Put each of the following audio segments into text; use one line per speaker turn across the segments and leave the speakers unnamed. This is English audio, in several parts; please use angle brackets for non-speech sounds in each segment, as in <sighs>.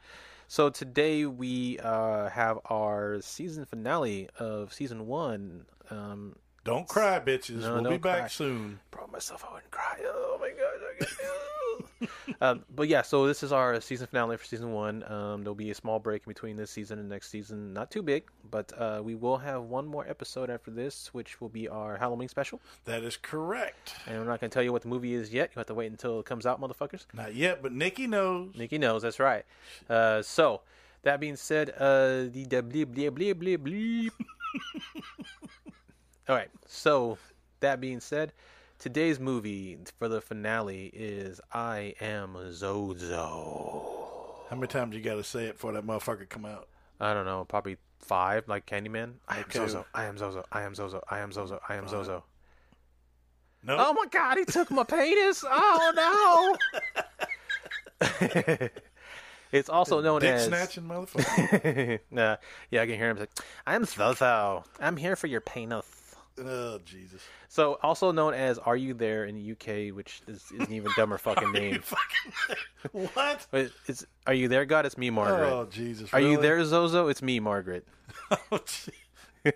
So today we uh, have our season finale of season one. Um,
Don't cry, bitches.
No,
we'll be
don't
back
cry.
soon.
promised myself I wouldn't cry. Oh my
<laughs>
god. I um, but yeah, so this is our season finale for season one. Um, there'll be a small break in between this season and next season. Not too big, but uh, we will have one more episode after this, which will be our Halloween special.
That is correct.
And we're not going to tell you what the movie is yet. You have to wait until it comes out, motherfuckers.
Not yet, but Nikki knows.
Nikki knows. That's right. Uh, so that being said, uh, the da- bleep bleep bleep bleep bleep. <laughs> All right. So that being said, today's movie for the finale is I Am Zozo.
How many times you got to say it before that motherfucker come out?
I don't know, probably five, like Candyman. I am
Okay.
Zozo. I am Zozo. I am Zozo. I am Zozo. I am Zozo.
No.
Oh my god, he took my penis. Oh no. <laughs> it's also known
Dick
as <laughs>
snatching motherfucker.
nah, yeah, I can hear him. He's like, I'm Zozo. I'm here for your penis.
oh Jesus.
So, also known as "Are You There" in the UK, which is, is an even
<laughs>
dumber fucking name.
What?
But it's "Are You There, God"? It's me, Margaret.
Oh Jesus.
Are you
really?
there, Zozo? It's me, Margaret.
Oh, gee.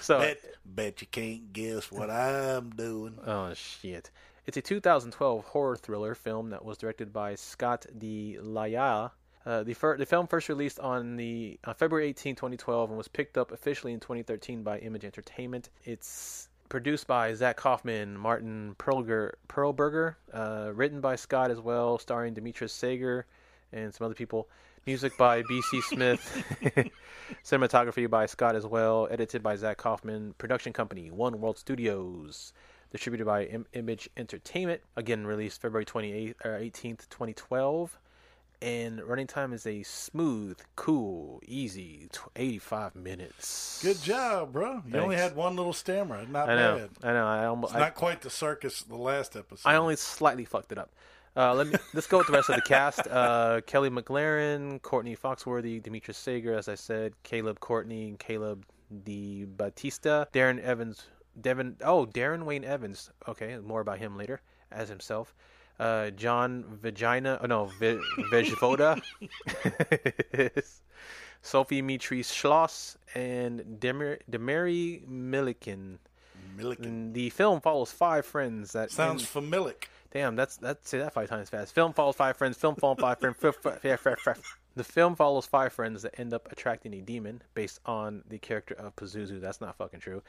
So,
<laughs> bet, bet you can't guess what I'm doing.
oh shit. It's a 2012 horror thriller film that was directed by Scott D. Laya. Uh, the, fir- the film first released on the on February 18, 2012, and was picked up officially in 2013 by Image Entertainment. It's produced by Zach Kaufman, Martin Perlger- Perlberger, uh, written by Scott as well, starring Demetrius Sager and some other people. Music by B.C. Smith, <laughs> cinematography by Scott as well, edited by Zach Kaufman, production company One World Studios, distributed by Im- Image Entertainment. Again, released February 28th or 18th, 2012. And running time is a smooth, cool, easy tw- 85 minutes.
Good job, bro. You only
Thanks.
had one little stammer. Not
I know.
bad.
I know. I almost.
It's not quite the circus of the last episode.
I only slightly fucked it up. Uh, let me let's go with the rest of the cast. Uh, Kelly McLaren, Courtney Foxworthy, Demetrius Sager, as I said, Caleb Courtney, Caleb De Batista, Darren Evans Devin. Oh, Darren Wayne Evans. Okay, more about him later as himself. Uh, John Vagina. Oh no, v- Vejvoda. <laughs> Sophie Mitri Schloss and Demary Demary Milliken.
Milliken.
And the film follows five friends that
Sounds
end-
familiar.
<laughs> Damn, that's that's say that five times fast. Film follows five friends. Film follows five friends. fif- fif- fif- fif- fif. The film follows five friends that end up attracting a demon based on the character of Pazuzu. That's not fucking true.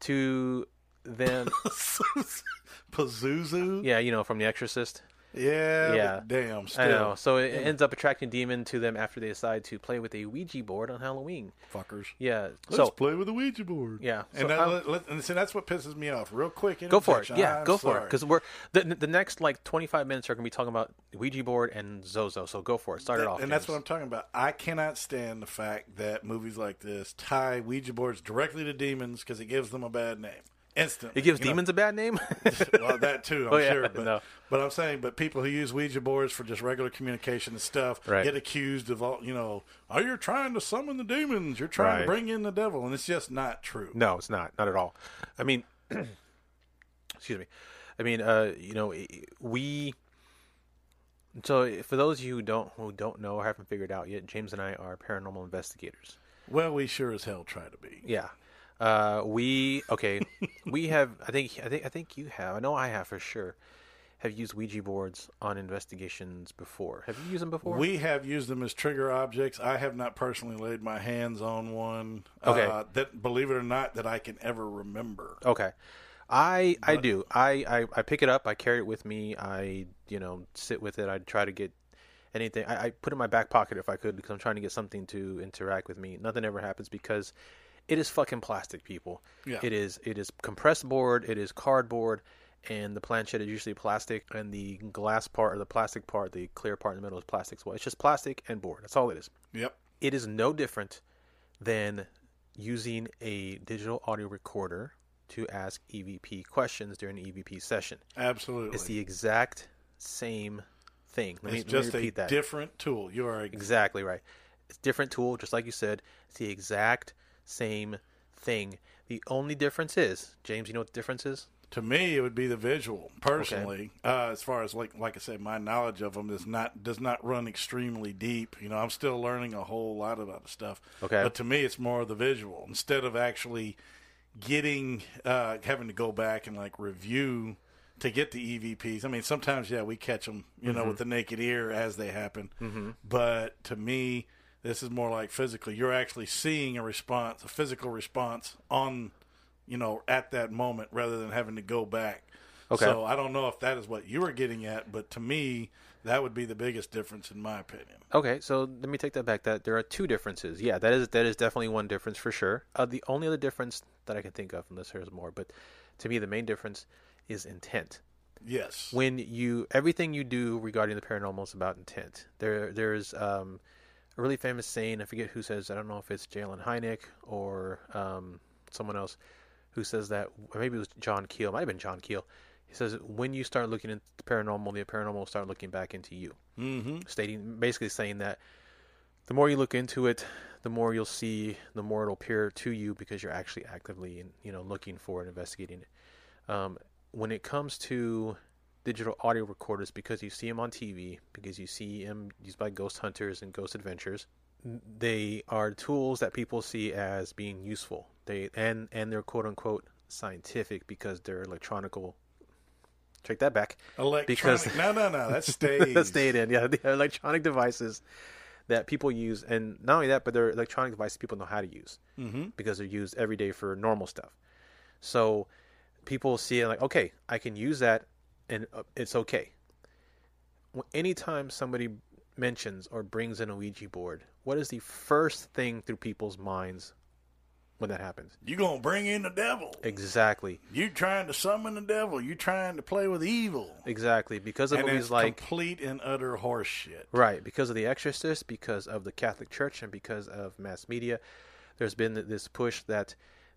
To
<laughs>
them,
<laughs> Pazuzu?
yeah, you know from The Exorcist.
Yeah.
Yeah.
but Damn. Still.
I know. So it ends up attracting a demon to them after they decide to play with a Ouija board on Halloween.
Fuckers.
Yeah.
Let's
so
play with the Ouija board.
Yeah, so
and, that,
I'm-
let, let- and see, that's what pisses me off. Real quick.
go for it.
interjection.
Yeah,
I'm
go for it.
sorry.
Because we're the, the next like twenty five minutes are gonna be talking about Ouija board and Zozo. So go for it. Start it off.
and that's
James.
what I'm talking about. I cannot stand the fact that movies like this tie Ouija boards directly to demons because it gives them a bad name instantly.
It gives
you know? <laughs>
demons a bad name.
well,
<laughs>
that too, I'm
Oh, yeah,
sure. But,
no.
but I'm saying, but people who use Ouija boards for just regular communication and stuff
Right.
get accused of all, you know, oh, you're trying to summon the demons, you're trying
Right.
to bring in the devil, and it's just not true.
No, it's not. Not at all. I mean, <clears throat> excuse me. I mean, uh, you know, i- i- we. So for those of you who don't who don't know or haven't figured out yet, James and I are paranormal investigators.
Well, we sure as hell try to be.
Yeah. Uh, we okay. <laughs> we have. I think. I think. I think you have. I know I have for sure. Have used Ouija boards on investigations before? Have you used them before?
We have used them as trigger objects. I have not personally laid my hands on one.
Okay.
Uh, that believe it or not, that I can ever remember.
Okay. I I do. I, I I pick it up. I carry it with me. I you know sit with it. I try to get anything. I, I put it in my back pocket if I could because I'm trying to get something to interact with me. Nothing ever happens because it is fucking plastic, people.
Yeah.
It is it is compressed board. It is cardboard, and the planchette is usually plastic, and the glass part or the plastic part, the clear part in the middle is plastic as well. It's just plastic and board. That's all it is
Yep.
it is no different than using a digital audio recorder to ask EVP questions during an EVP session.
Absolutely.
It's the exact same thing. Let me, let
It's
me
just a
repeat that.
different tool. You are ex-
exactly right. It's different tool, just like you said. It's the exact same thing. The only difference is, James, you know what the difference is?
to me it would be the visual personally uh, as far as like like i said my knowledge of them is not does not run extremely deep you know i'm still learning a whole lot about the stuff
Okay.
but to me it's more of the visual instead of actually getting uh, having to go back and like review to get the evps i mean sometimes yeah we catch them you know with the naked ear as they happen but to me this is more like physically you're actually seeing a response a physical response on you know, at that moment rather than having to go back.
Okay.
So I don't know if that is what you were getting at, but to me, that would be the biggest difference in my opinion.
Okay, so let me take that back. That there are two differences. Yeah, that is that is definitely one difference for sure. Uh, the only other difference that I can think of, unless there's more, but to me the main difference is intent.
Yes.
When you everything you do regarding the paranormal is about intent. There there's um, a really famous saying. I forget who says. I don't know if it's Jalen Hynek or um, someone else who says that. Or maybe it was John Keel. It might have been John Keel. He says when you start looking into the paranormal, the paranormal will start looking back into you stating basically saying that the more you look into it, the more you'll see, the more it'll appear to you because you're actually actively you know looking for and investigating it. Um, when it comes to digital audio recorders, because you see them on TV, because you see them used by ghost hunters and ghost adventures, they are tools that people see as being useful. They and and they're quote unquote scientific because they're electronical. Take that back.
Electronic.
because-
<laughs> no, no, no. That stays.
<laughs> That stayed in. Yeah, <laughs> the electronic devices that people use, and not only that, but they're electronic devices people know how to use mm-hmm. because they're used every day for normal stuff. So people see it like, okay, I can use that, and uh, it's okay. Wh- Anytime somebody mentions or brings in a Ouija board, what is the first thing through people's minds when that happens?
You gonna bring in the devil?
Exactly,
You trying to summon the devil? You trying to play with evil?
exactly. Because of
And
movies
it's
like
complete and utter horseshit.
Right, because of The Exorcist, because of the Catholic Church, and because of mass media, there's been this push that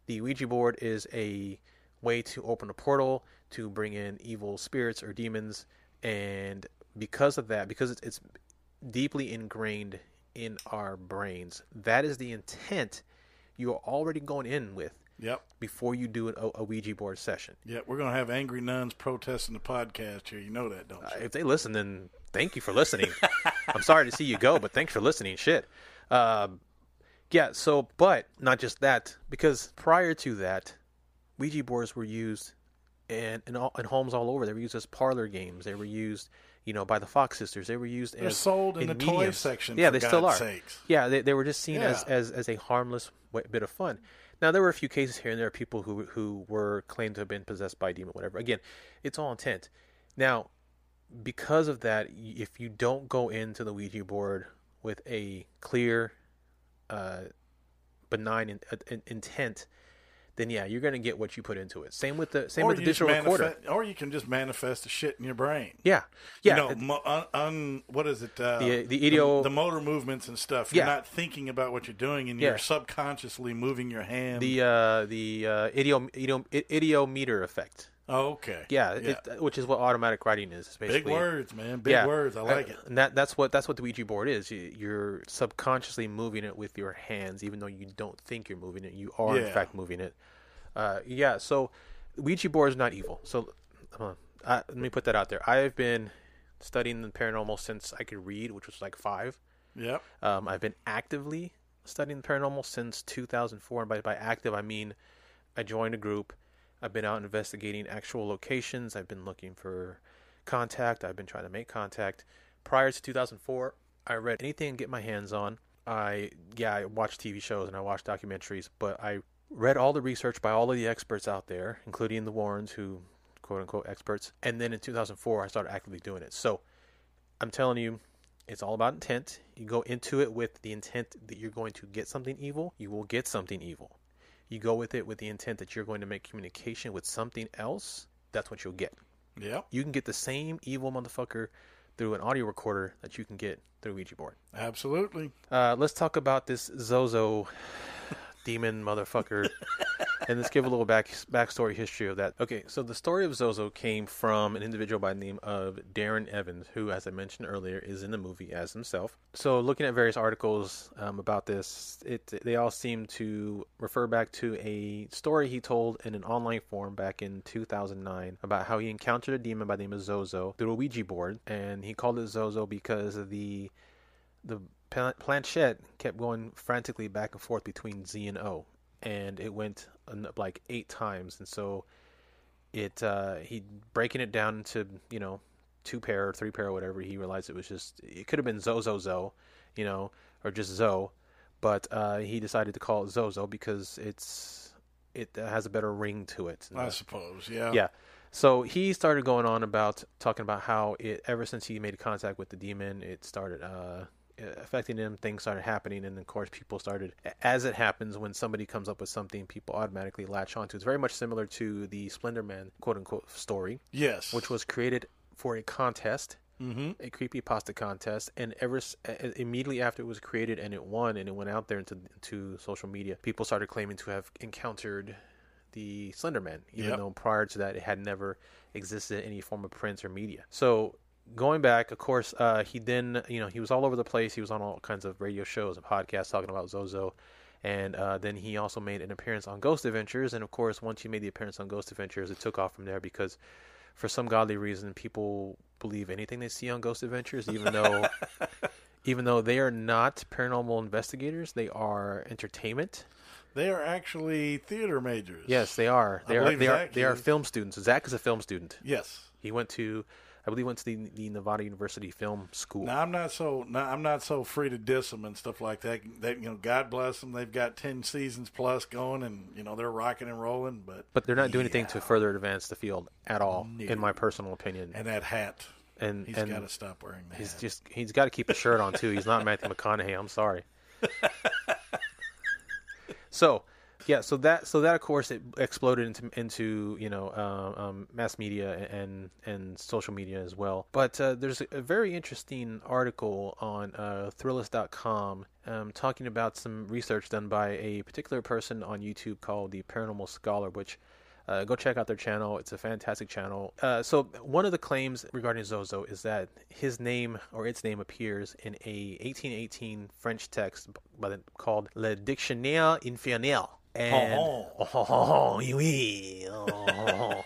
the Ouija board is a way to open a portal to bring in evil spirits or demons, and because of that, because it's, it's deeply ingrained in our brains, that is the intent you are already going in with.
Yep.
before you do an, a, a Ouija board session.
Yeah, we're gonna have angry nuns protesting the podcast here. You know that, don't you?
Uh, If they listen, then thank you for listening. I'm sorry to see you go, but thanks for listening. Shit. Um yeah, so, but not just that, because prior to that, Ouija boards were used in, in, all, in homes all over. They were used as parlor games. They were used, you know, by the Fox sisters. They were used
They're
as.
sold in the toy
mediums.
section,
Yeah,
for
they still are.
God's sakes.
Yeah, they, they were just seen as,
Yeah.
as, as a harmless wa- bit of fun. Now, there were a few cases here and there of people who, who were claimed to have been possessed by a demon, whatever. Again, it's all intent. Now, because of that, y- if you don't go into the Ouija board with a clear, uh, benign in, uh, in, intent, then yeah, you're gonna get what you put into it. Same with the same with the
you just
digital recorder.
manifest- or you can just manifest the shit in your brain.
Yeah,
You
yeah,
know,
it-
mo- un, un, what is it? Uh,
The- the idio-
the, motor movements and stuff. You're
Yeah.
not thinking about what you're doing, and
Yeah.
you're subconsciously moving your hand.
the uh, the uh, idiom, idiom, i- idiometer effect.
oh, okay,
Yeah, It, which is what automatic writing is. It's
big
basically
words, man. Big
yeah. Uh,
words. I like it.
And that that's what that's what the Ouija board is. You, you're subconsciously moving it with your hands, even though you don't think you're moving it. You are in
Yeah.
fact moving it. Uh, yeah. So Ouija board is not evil. So hold on. I, let me put that out there. I have been studying the paranormal since I could read, which was like five.
Yep.
Um, I've been actively studying the paranormal since 2004, and by, by active I mean I joined a group. I've been out investigating actual locations. I've been looking for contact. I've been trying to make contact. Prior to 2004, I read anything I could get my hands on. I yeah, I watched TV shows and I watched documentaries, but I read all the research by all of the experts out there, including the Warrens, who quote unquote experts. And then in 2004, I started actively doing it. So I'm telling you, it's all about intent. You go into it with the intent that you're going to get something evil, you will get something evil. You go with it with the intent that you're going to make communication with something else, that's what you'll get.
Yep.
You can get the same evil motherfucker through an audio recorder that you can get through Ouija board.
Absolutely.
Uh, let's talk about this Zozo demon motherfucker, and let's give a little back backstory history of that. Okay, so the story of Zozo came from an individual by the name of Darren Evans, who, as I mentioned earlier, is in the movie as himself. So, looking at various articles um, about this, it they all seem to refer back to a story he told in an online forum back in 2009 about how he encountered a demon by the name of Zozo through a Ouija board, and he called it Zozo because of the the plan- planchette kept going frantically back and forth between Z and O, and it went an- like eight times, and so it uh, he breaking it down into you know two pair or three pair or whatever. He realized it was just it could have been Zozo Zo, you know, or just Zo, but uh, he decided to call it Zozo because it's it has a better ring to it.
I suppose. Yeah.
Yeah. So he started going on about talking about how it ever since he made contact with the demon, it started uh, affecting him. Things started happening, and of course, people started. As it happens, when somebody comes up with something, people automatically latch onto. It's very much similar to the Splendor Man quote unquote story,
Yes.
which was created for a contest. Mm-hmm. A creepy pasta contest, and ever s- uh, immediately after it was created and it won and it went out there into to social media, people started claiming to have encountered the Slender Man, even
Yep.
though prior to that it had never existed in any form of print or media. So going back, of course, uh, he then you know he was all over the place. He was on all kinds of radio shows and podcasts talking about Zozo, and uh, then he also made an appearance on Ghost Adventures. And of course, once he made the appearance on Ghost Adventures, it took off from there because for some godly reason people believe anything they see on Ghost Adventures, even
<laughs>
though. Even though they are not paranormal investigators, they are entertainment.
They are actually theater majors.
Yes, they are. They are.
believe
They are.
Zach
They are
is-
film students. Zach is a film student.
Yes.
He went to, I believe, went to the, the Nevada University Film School.
Now I'm not so now I'm not so free to diss them and stuff like that. They, you know, God bless them. They've got ten seasons plus going, and you know they're rocking and rolling. But
but they're not doing anything to further advance the field at all, in my personal opinion.
and that hat,
And-
he's
and
got to stop wearing that.
he's just he's got to keep a shirt on too. He's not Matthew McConaughey. I'm sorry. so, yeah. So that so that of course it exploded into into you know um, um, mass media and and social media as well. But uh, there's a, a very interesting article on uh, Thrillist.com um, talking about some research done by a particular person on YouTube called the Paranormal Scholar, which uh, go check out their channel. It's a fantastic channel. Uh, so one of the claims regarding Zozo is that his name or its name appears in a 1818 French text by the, called Le Dictionnaire Infernal, and
Oh.
<laughs> Oh, you eat. Oh.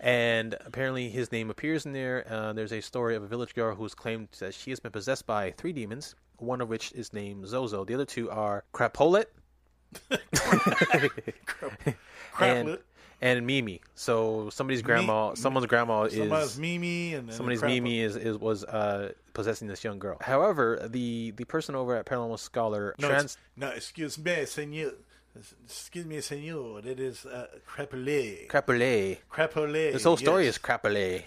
and apparently his name appears in there. Uh, there's a story of a village girl who is claimed that she has been possessed by three demons, one of which is named Zozo. The other two are Crapolet and,
Craplet.
and Mimi. So somebody's grandma, someone's grandma
Somebody's
is
Mimi and then
Somebody's
crap-
Mimi is, is was uh, possessing this young girl. However, the the person over at Paranormal Scholar
No,
trans
it's- no, excuse me, senor. Excuse me, senor. That is uh, crapolet.
Crapolet.
Crapolet.
This whole story
yes.
is crapolet.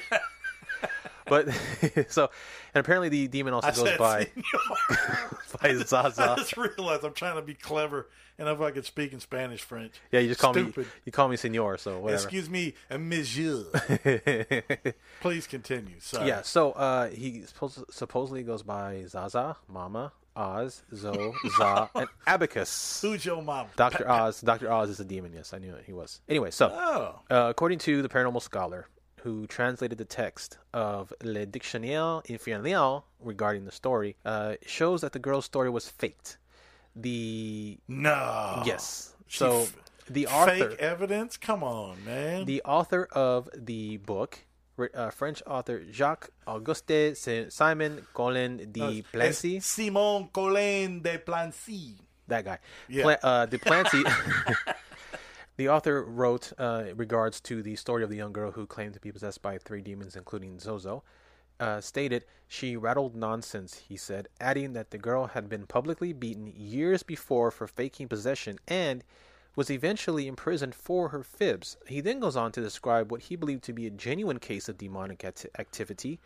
<laughs>
<laughs> but <laughs> so, and apparently the demon also
I
goes
said
by <laughs>
<laughs> senor.
by
I <laughs>
Zaza.
just realized I'm trying to be clever and if I could speak in Spanish, French.
Yeah, you just call
Stupid.
me you call me senor, so whatever.
Excuse me,
<laughs>
uh, monsieur. Please continue. Sorry.
yeah, so uh, he supposed, supposedly goes by Zaza, Mama, Oz, Zo, Za, and Abacus.
Who's your mom?
Doctor Oz. Doctor Oz is a demon. Yes, I knew it. He was. Anyway, so
Oh.
uh, according to the paranormal scholar who translated the text of Le Dictionnaire Infernal regarding the story, uh, it shows that the girl's story was faked. The
No.
yes,
Oh. She
so
f-
the
Fake
author,
evidence? Come on, man.
the author of the book. re- Uh, French author Jacques Auguste Saint- Simon Colin de
Oh, It's
Plancy,
Simon Colin de Plancy.
that guy.
Yeah.
Pla- uh, the Plancy.
<laughs>
<laughs> the author wrote uh, in regards to the story of the young girl who claimed to be possessed by three demons, including Zozo. Uh, stated she rattled nonsense, he said, adding that the girl had been publicly beaten years before for faking possession and was eventually imprisoned for her fibs. He then goes on to describe what he believed to be a genuine case of demonic acti- activity,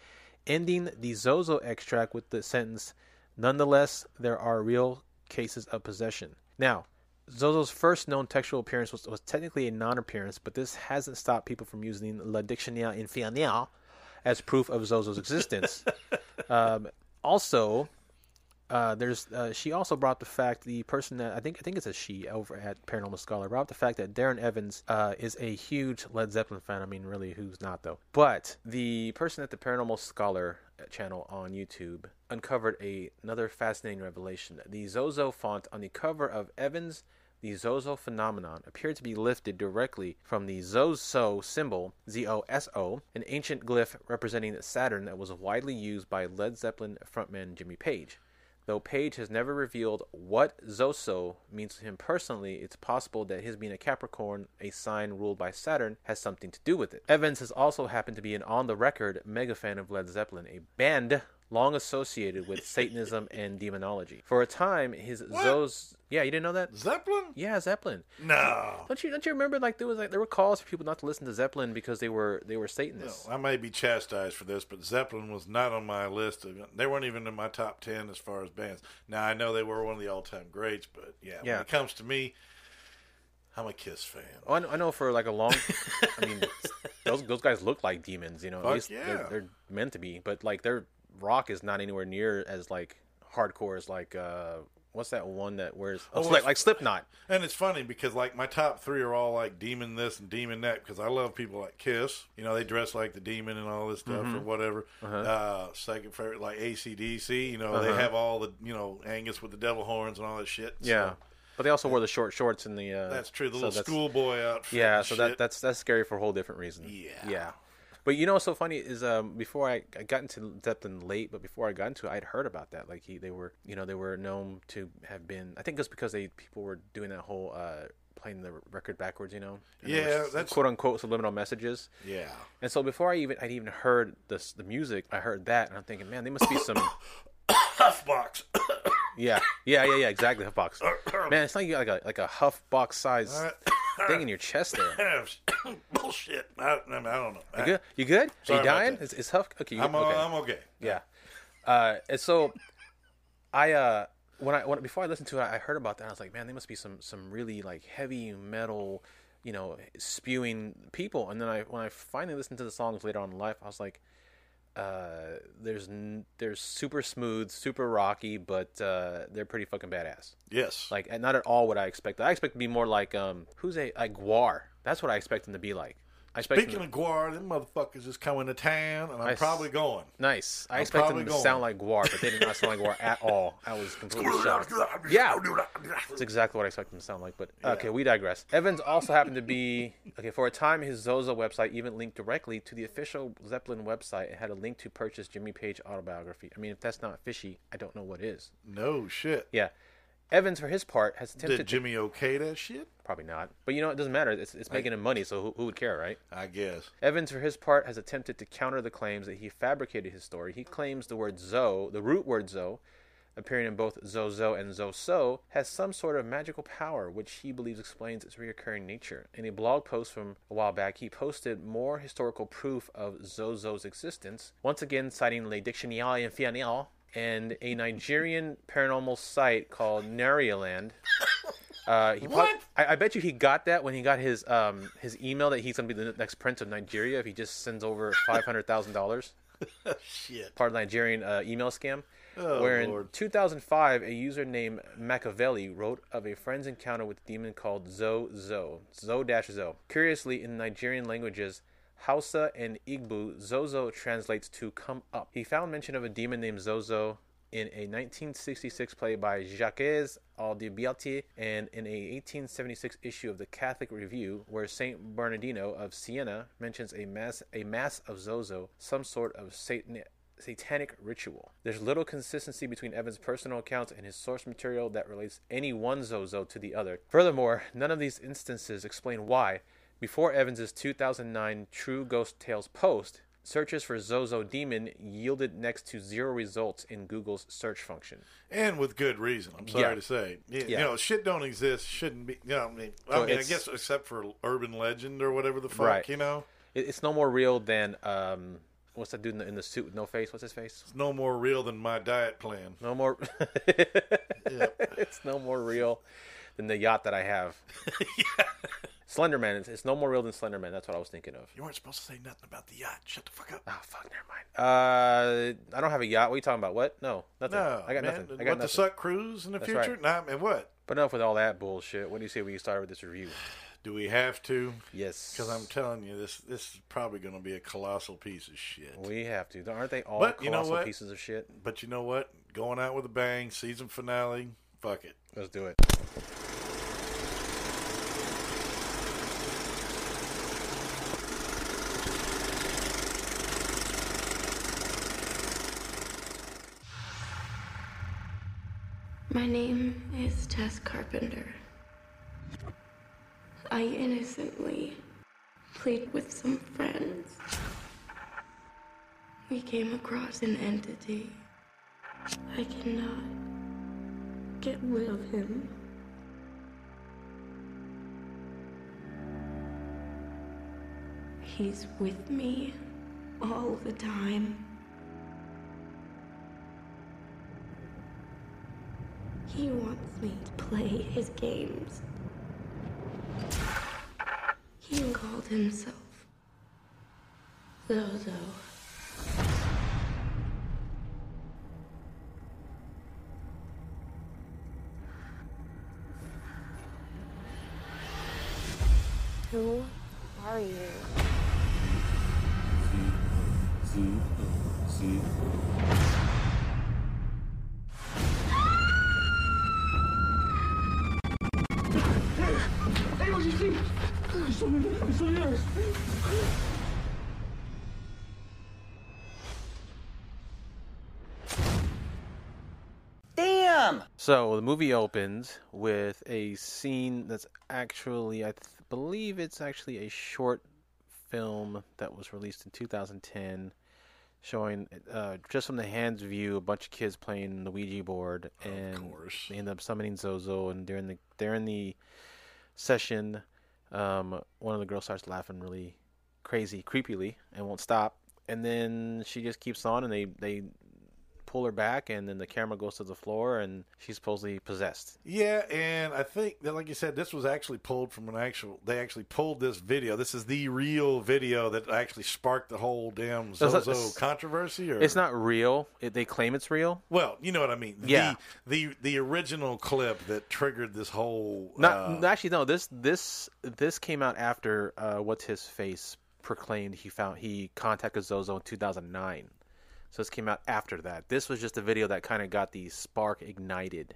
ending the Zozo extract with the sentence, Nonetheless, there are real cases of possession. Now, Zozo's first known textual appearance was, was technically a non appearance, but this hasn't stopped people from using La Dictionnaire Infernale as proof of Zozo's existence. um, also, uh, there's uh, she also brought the fact the person that I think I think it's a she over at Paranormal Scholar brought up the fact that Darren Evans uh, is a huge Led Zeppelin fan. I mean, really, who's not though? But the person at the Paranormal Scholar channel on YouTube uncovered a, another fascinating revelation. The Zozo font on the cover of Evans' The Zozo phenomenon appeared to be lifted directly from the Zozo symbol, Z O S O, an ancient glyph representing Saturn that was widely used by Led Zeppelin frontman Jimmy Page. Though Page has never revealed what Zozo means to him personally, it's possible that his being a Capricorn, a sign ruled by Saturn, has something to do with it. Evans has also happened to be an on the record mega fan of Led Zeppelin, a band long associated with Satanism and demonology. For a time, his Zozo. Yeah, you didn't know that?
Zeppelin?
Yeah, Zeppelin.
No.
Don't you don't you remember like there was like there were calls for people not to listen to Zeppelin because they were they were
No,
Satanists.
I may be chastised for this, but Zeppelin was not on my list. Of, they weren't even in my top ten as far as bands. Now I know they were one of the all-time greats, but yeah,
Yeah.
when it comes to me, I'm a Kiss fan.
Oh, I, know, I know for like a long, I
<laughs>
mean, those those guys look like demons, you know.
Fuck
At least
yeah.
they're, they're meant to be, but like their rock is not anywhere near as like hardcore as like uh what's that one that wears oh,
Oh,
like
it's-
like Slipknot.
And it's funny because like my top three are all like demon this and demon that because I love people like Kiss. You know, they dress like the demon and all this stuff
Mm-hmm.
or whatever. uh
Uh-huh.
second favorite like ACDC. You know, they have all the you know Angus with the devil horns and all that shit. So
Yeah, but they also wore the short shorts and the uh,
that's true. The
so
little
that's-
schoolboy outfit.
Yeah,
and
so
shit.
that that's that's scary for a whole different reason.
Yeah.
yeah. But you know what's so funny is um, before I, I got into Zeppelin late, but before I got into it, I'd heard about that. Like he, they were, you know, they were known to have been. I think it was because they people were doing that whole uh, playing the record backwards, you know. And there
Yeah,
was
that's-
quote unquote subliminal messages.
yeah.
And so before I even I'd even heard this the music, I heard that, and I'm thinking, man, they must be
<coughs>
some.
box. <coughs>
yeah, yeah, yeah, yeah, exactly. Huffbox. man, it's like you got like a like a huffbox size thing in your chest there.
<coughs> Bullshit. I, I, mean, I don't know.
You
I,
good? You good?
Sorry
Are you
about
dying?
that.
Is, is Huff okay? You,
I'm,
okay.
okay. I'm okay.
yeah. Uh, and so, I uh, when I when before I listened to it, I heard about that. I was like, man, they must be some some really like heavy metal, you know, spewing people. And then I when I finally listened to the songs later on in life, I was like, uh, there's n- there's super smooth, super rocky, but uh, they're pretty fucking badass.
Yes.
Like, and not at all what I expected. I expect to be more like um, who's a like Guar. That's what I expect them to be like. I expect
Speaking
them
of Guar, them motherfuckers is coming to town, and I'm
I
probably
s-
<coughs> going.
to- nice. I
I'm
expect them
probably
to
going.
sound like Guar, but they did not sound like
<laughs>
Guar at all. I was completely shocked. Yeah. That's exactly what I expect them to sound like. But okay, we digress. Evans also happened to be okay for a time. His Zozo website even linked directly to the official Zeppelin website. It had a link to purchase Jimmy Page autobiography. I mean, if that's not fishy, I don't know what is.
No shit.
Yeah, Evans for his part has attempted
Did Jimmy okay that shit?
to, probably not, but you know it doesn't matter. It's, it's making him money, so who, who would care, right?
I guess.
Evans, for his part, has attempted to counter the claims that he fabricated his story. He claims the word Zo, the root word Zo, appearing in both Zozo and Zoso, has some sort of magical power which he believes explains its recurring nature. In a blog post from a while back, he posted more historical proof of Zozo's existence, once again citing Le Dictionnaire Infernal and a Nigerian paranormal site called Narialand. Uh, he what? I, I bet you he got that when he got his um his email that he's gonna be the next prince of Nigeria if he just sends <laughs> over five hundred thousand dollars. Shit. Part of the Nigerian uh, email scam. Oh, where in
Lord.
2005, a user named Machiavelli wrote of a friend's encounter with a demon called Zo Zo, Zo dash Zo. Curiously, in Nigerian languages, Hausa and Igbo, Zozo translates to come up. He found mention of a demon named Zozo in a 1966 play by Jacques Aldebaty and in a 1876 issue of the Catholic Review, where Saint Bernardino of Siena mentions a mass a mass of Zozo, some sort of satan satanic ritual. There's little consistency between Evans' personal accounts and his source material that relates any one Zozo to the other. Furthermore, none of these instances explain why, before Evans' 2009 True Ghost Tales post, searches for Zozo Demon yielded next to zero results in Google's search function.
And with good reason, I'm sorry
Yeah.
to say. Yeah,
Yeah.
You know, shit don't exist, shouldn't be. You know, I mean,
So
I, mean I
it's-
guess except for urban legend or whatever the fuck,
Right.
you know?
It, it's no more real than um, what's that dude in the, in the suit with no face? What's his face?
It's no more real than my diet plan.
No more. <laughs> It's no more real than the yacht that I
<laughs>
have. Slenderman. It's, it's no more real than Slenderman. That's what I was thinking of.
You weren't supposed to say nothing about the yacht. Shut the
<laughs>
fuck up.
Oh fuck, never mind. Uh, I don't have a yacht. What are you talking about? What? No, nothing.
No,
I got
man.
nothing. I got
what the
nothing.
suck cruise in the
That's
future?
right.
Nah, man, what?
But enough with all that bullshit. What do you say we start with this review?
Do we have to?
Yes,
Because I'm telling you, this this is probably going to be a colossal piece of shit.
we have to. Aren't they all
But you know
colossal
what?
pieces of shit?
But you know what? Going out with a bang, season finale. Fuck it.
Let's do it.
My name is Tess Carpenter. I innocently played with some friends. We came across an entity. I cannot get rid of him. He's with me all the time. He wants me to play his games. He called himself Zozo.
Who are you?
So the movie opens with a scene that's actually, I th- believe it's actually a short film that was released in 2010, showing uh, just from the hands view a bunch of kids playing the Ouija board, and
course.
they end up summoning Zozo. And during the during the session, um, one of the girls starts laughing really crazy, creepily, and won't stop. And then she just keeps on, and they they pull her back, and then the camera goes to the floor, and she's supposedly possessed.
Yeah, and I think that, like you said, this was actually pulled from an actual. They actually pulled this video. This is the real video that actually sparked the whole damn
not-
Zozo
it's-
controversy. Or
It's not real. It, they claim it's real.
Well, you know what I mean.
Yeah.
The the, the original clip that triggered this whole.
Not
uh,
actually. No. This this this came out after uh, what's his face proclaimed he found he contacted Zozo in 2009. So this came out after that. This was just a video that kind of got the spark ignited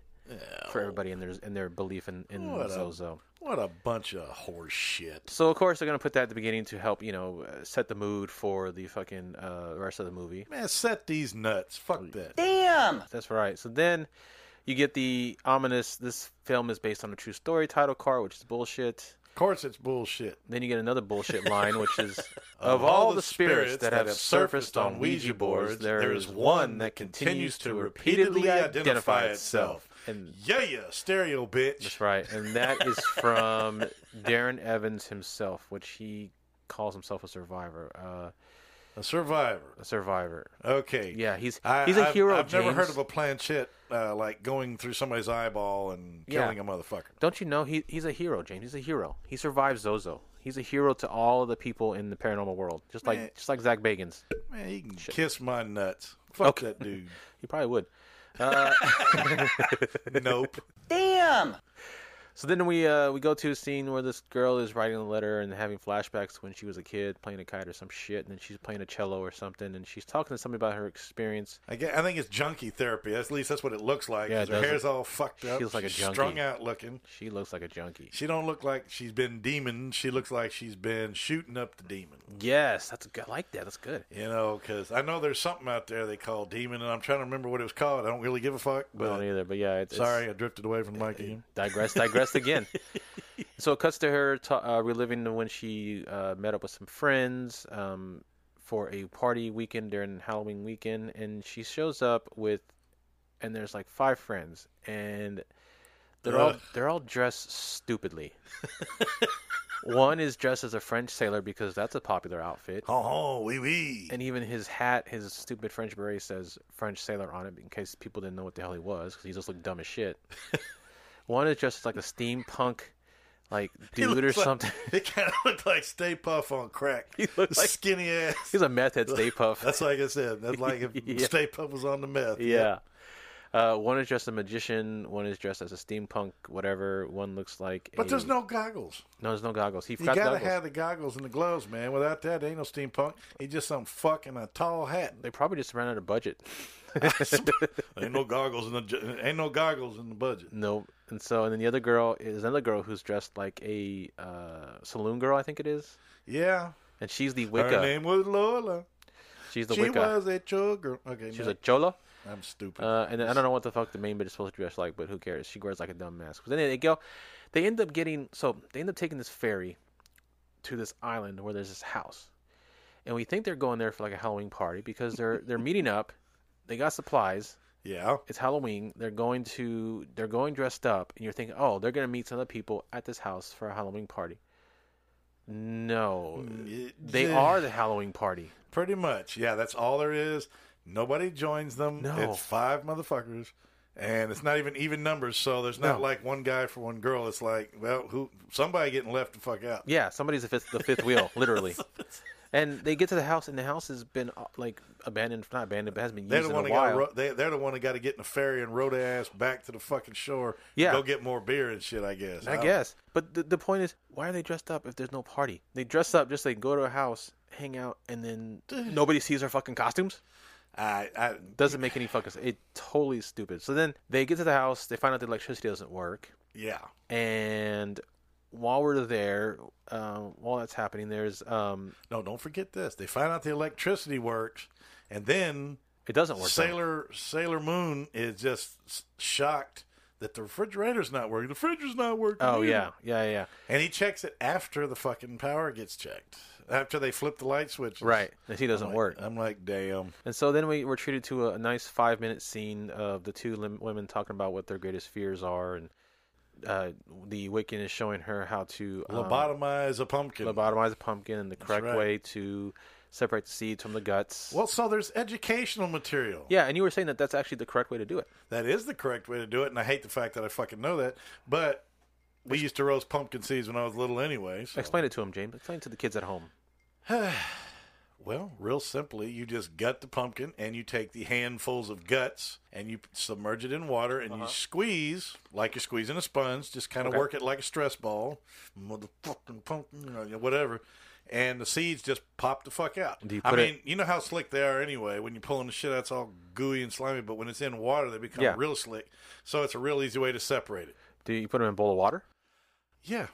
for everybody and their and their belief in, in
What a-
Zozo.
What a bunch of horse shit.
So of course they're gonna put that at the beginning to help you know uh, set the mood for the fucking uh, rest of the movie.
Man, set these nuts. Fuck that.
That's right. So then you get the ominous. This film is based on a true story title card, which is bullshit.
Of course, it's bullshit.
Then you get another bullshit line, which <laughs> is of all the spirits that have surfaced on Ouija boards, there is one that continues to repeatedly identify itself. And
yeah, yeah, stereo bitch.
that's right. And that is from Darren Evans himself, which he calls himself a survivor. Uh,
A survivor.
a survivor.
Okay.
Yeah, he's
I,
he's a
I've-
hero.
I've never
James.
heard of a planchette uh, like going through somebody's eyeball and
Yeah.
killing a motherfucker.
Don't you know he he's a hero, James? He's a hero. He survives Zozo. He's a hero to all the people in the paranormal world, just like
Man.
just like Zach Bagans.
Man, you can kiss my nuts. Fuck
Okay.
that dude. <laughs>
He probably would.
nope.
So then we uh, we go to a scene where this girl is writing a letter and having flashbacks when she was a kid playing a kite or some shit, and then she's playing a cello or something, and she's talking to somebody about her experience.
I, get, I think it's junkie therapy. That's, at least that's what it looks like.
Yeah,
'cause
it
her
does.
hair's all fucked up.
Feels like a
She's
junkie.
strung out looking.
She looks like a junkie.
She don't look like she's been demon. She looks like she's been shooting up the demon.
Mm-hmm. Yes, that's good. I like that. That's good.
You know, because I know there's something out there they call demon, and I'm trying to remember what it was called. I don't really give a fuck.
I don't
But
either, but yeah, it's, it's-
sorry, I drifted away from the mic again.
digress, digress again. so it cuts to her ta uh, reliving the- when she uh, met up with some friends um, for a party weekend during Halloween weekend, and she shows up with, and there's like five friends, and they're all
Ugh.
they're all dressed stupidly. One is dressed as a French sailor because that's a popular outfit.
Oh, wee wee. <laughs>
And even his hat, his stupid French beret says French sailor on it in case people didn't know what the hell he was because he just looked dumb as
<laughs>
shit. One is just like a steampunk,
<laughs>
like dude or
looks like-
something. <laughs>
It kind of looked like Stay Puff on crack. He
looked like-
skinny ass. <laughs>
He's a meth head Stay Puff.
That's like I
<laughs>
said. That's like if
Yeah.
Stay Puff was on the meth.
yeah. Uh, one is dressed a magician. One is dressed as a steampunk, whatever. One looks like.
But
a-
there's no goggles.
No, there's no goggles. He
You
forgot
gotta
Mm. goggles.
have the goggles and the gloves, man. Without that, ain't no steampunk. He's just some fuck in a tall hat.
They probably just ran out of budget.
ain't no goggles in the ju- ain't no goggles in the budget.
No, and so and then the other girl is another girl who's dressed like a uh, saloon girl, I think it is,
Yeah,
and she's the Wicca.
her name was Lola.
She's the
she
Wicca.
was a chug girl. Okay,
She's
no,
a chola.
I'm stupid.
Uh, and then I don't know what the fuck the main bit is supposed to dress like, but who cares? She wears like a dumb mask. But then they go, they end up getting, so they end up taking this ferry to this island where there's this house, and we think they're going there for like a Halloween party because they're they're meeting up, they got supplies,
yeah,
it's Halloween, they're going to they're going dressed up, and you're thinking, oh, they're gonna meet some other people at this house for a Halloween party. No, they
Mm, yeah.
are the Halloween party.
pretty much. Yeah, that's all there is. Nobody joins them.
No.
It's five motherfuckers, and it's not even even numbers. So there's not like one guy for one girl. It's like, well, who somebody getting left to fuck out.
Yeah, somebody's the fifth, the fifth
<laughs>
wheel, literally. And they get to the house, and the house has been uh, like abandoned, not abandoned, but has been used
They're the
in
one
a
that
while.
got ro- they, they're the one that got to get in a ferry and row their ass back to the fucking shore. and
Yeah.
go get more beer and shit. I guess.
I
don't-
guess, but the, the point is, why are they dressed up if there's no party? They dress up just so they can go to a house, hang out, and
<sighs>
then nobody sees their fucking costumes.
I, I
Doesn't make any fucking sense. It totally is stupid. So then they get to the house, they find out the electricity doesn't work,
yeah.
and while we're there, um, while that's happening, there's um,
No, don't forget this. They find out the electricity works, and then
it doesn't work. though.
Sailor Sailor Moon is just s- shocked that the refrigerator's not working. The fridge is not working.
Oh
either.
yeah, yeah, yeah.
and he checks it after the fucking power gets checked. After they flip the light switch.
Right, the heat doesn't work.
I'm like, damn.
And so then we were treated to a, a nice five minute scene of the two lim- women talking about what their greatest fears are, and uh, the Wiccan is showing her how to um,
Lobotomize a pumpkin.
lobotomize a pumpkin and the correct
right.
way to separate the seeds from the guts.
well, so there's educational material.
yeah, and you were saying that that's actually the correct way to do it.
That is the correct way to do it, and I hate the fact that I fucking know that. But we used to roast pumpkin seeds when I was little, anyway. So.
Explain it to them, James. Explain it to the kids at home.
Well, real simply, you just gut the pumpkin and you take the handfuls of guts and you submerge it in water
Uh-huh.
and you squeeze like you're squeezing a sponge. Just kind of work it like a stress ball, motherfucking pumpkin, or whatever. and the seeds just pop the fuck out.
Do you
I
put
mean,
it-
you know how slick they are anyway. When you're pulling the shit out, it's all gooey and slimy. But when it's in water, they become
Yeah.
real slick. So it's a real easy way to separate it.
Do you put them in a bowl of water?
Yeah,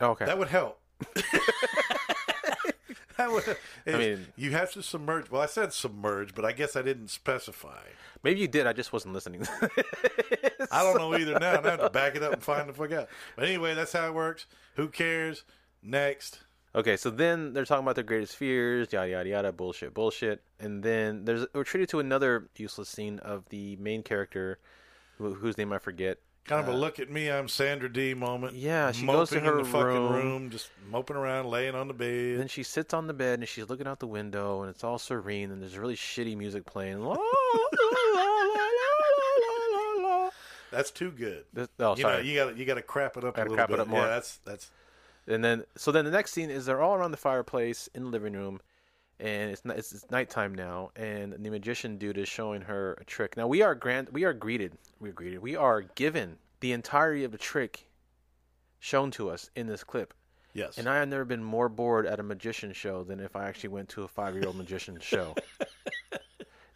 Oh, okay.
that would help. <laughs> that would. I
mean-
you have to submerge. Well, I said submerge, but I guess I didn't specify.
Maybe you did. I just wasn't listening. <laughs>
I don't know either now. and I have to back it up and find the fuck out. But anyway, that's how it works. Who cares? Next.
Okay, so then they're talking about their greatest fears, yada yada yada, bullshit, bullshit, and then there's we're treated to another useless scene of the main character, wh- whose name I forget.
Kind of a look at me, I'm Sandra D moment.
Yeah, she
moping
goes to
in
her
the fucking room.
room.
just moping around, laying on the
And
bed.
then she sits on the bed and she's looking out the window and it's all serene and there's really shitty music playing. <laughs> La, la, la, la, la, la, la, la.
That's too good.
This- oh,
you know,
sorry.
you got to you got to crap it up a
Gotta
little
crap it
bit.
up more.
Yeah, that's that's
And then so then the next scene is they're all around the fireplace in the living room, and it's ni- it's, it's nighttime now, and the magician dude is showing her a trick. Now we are grant we are greeted we're greeted we are given the entirety of the trick shown to us in this clip.
yes.
And I have never been more bored at a magician show than if I actually went to a five year old magician show.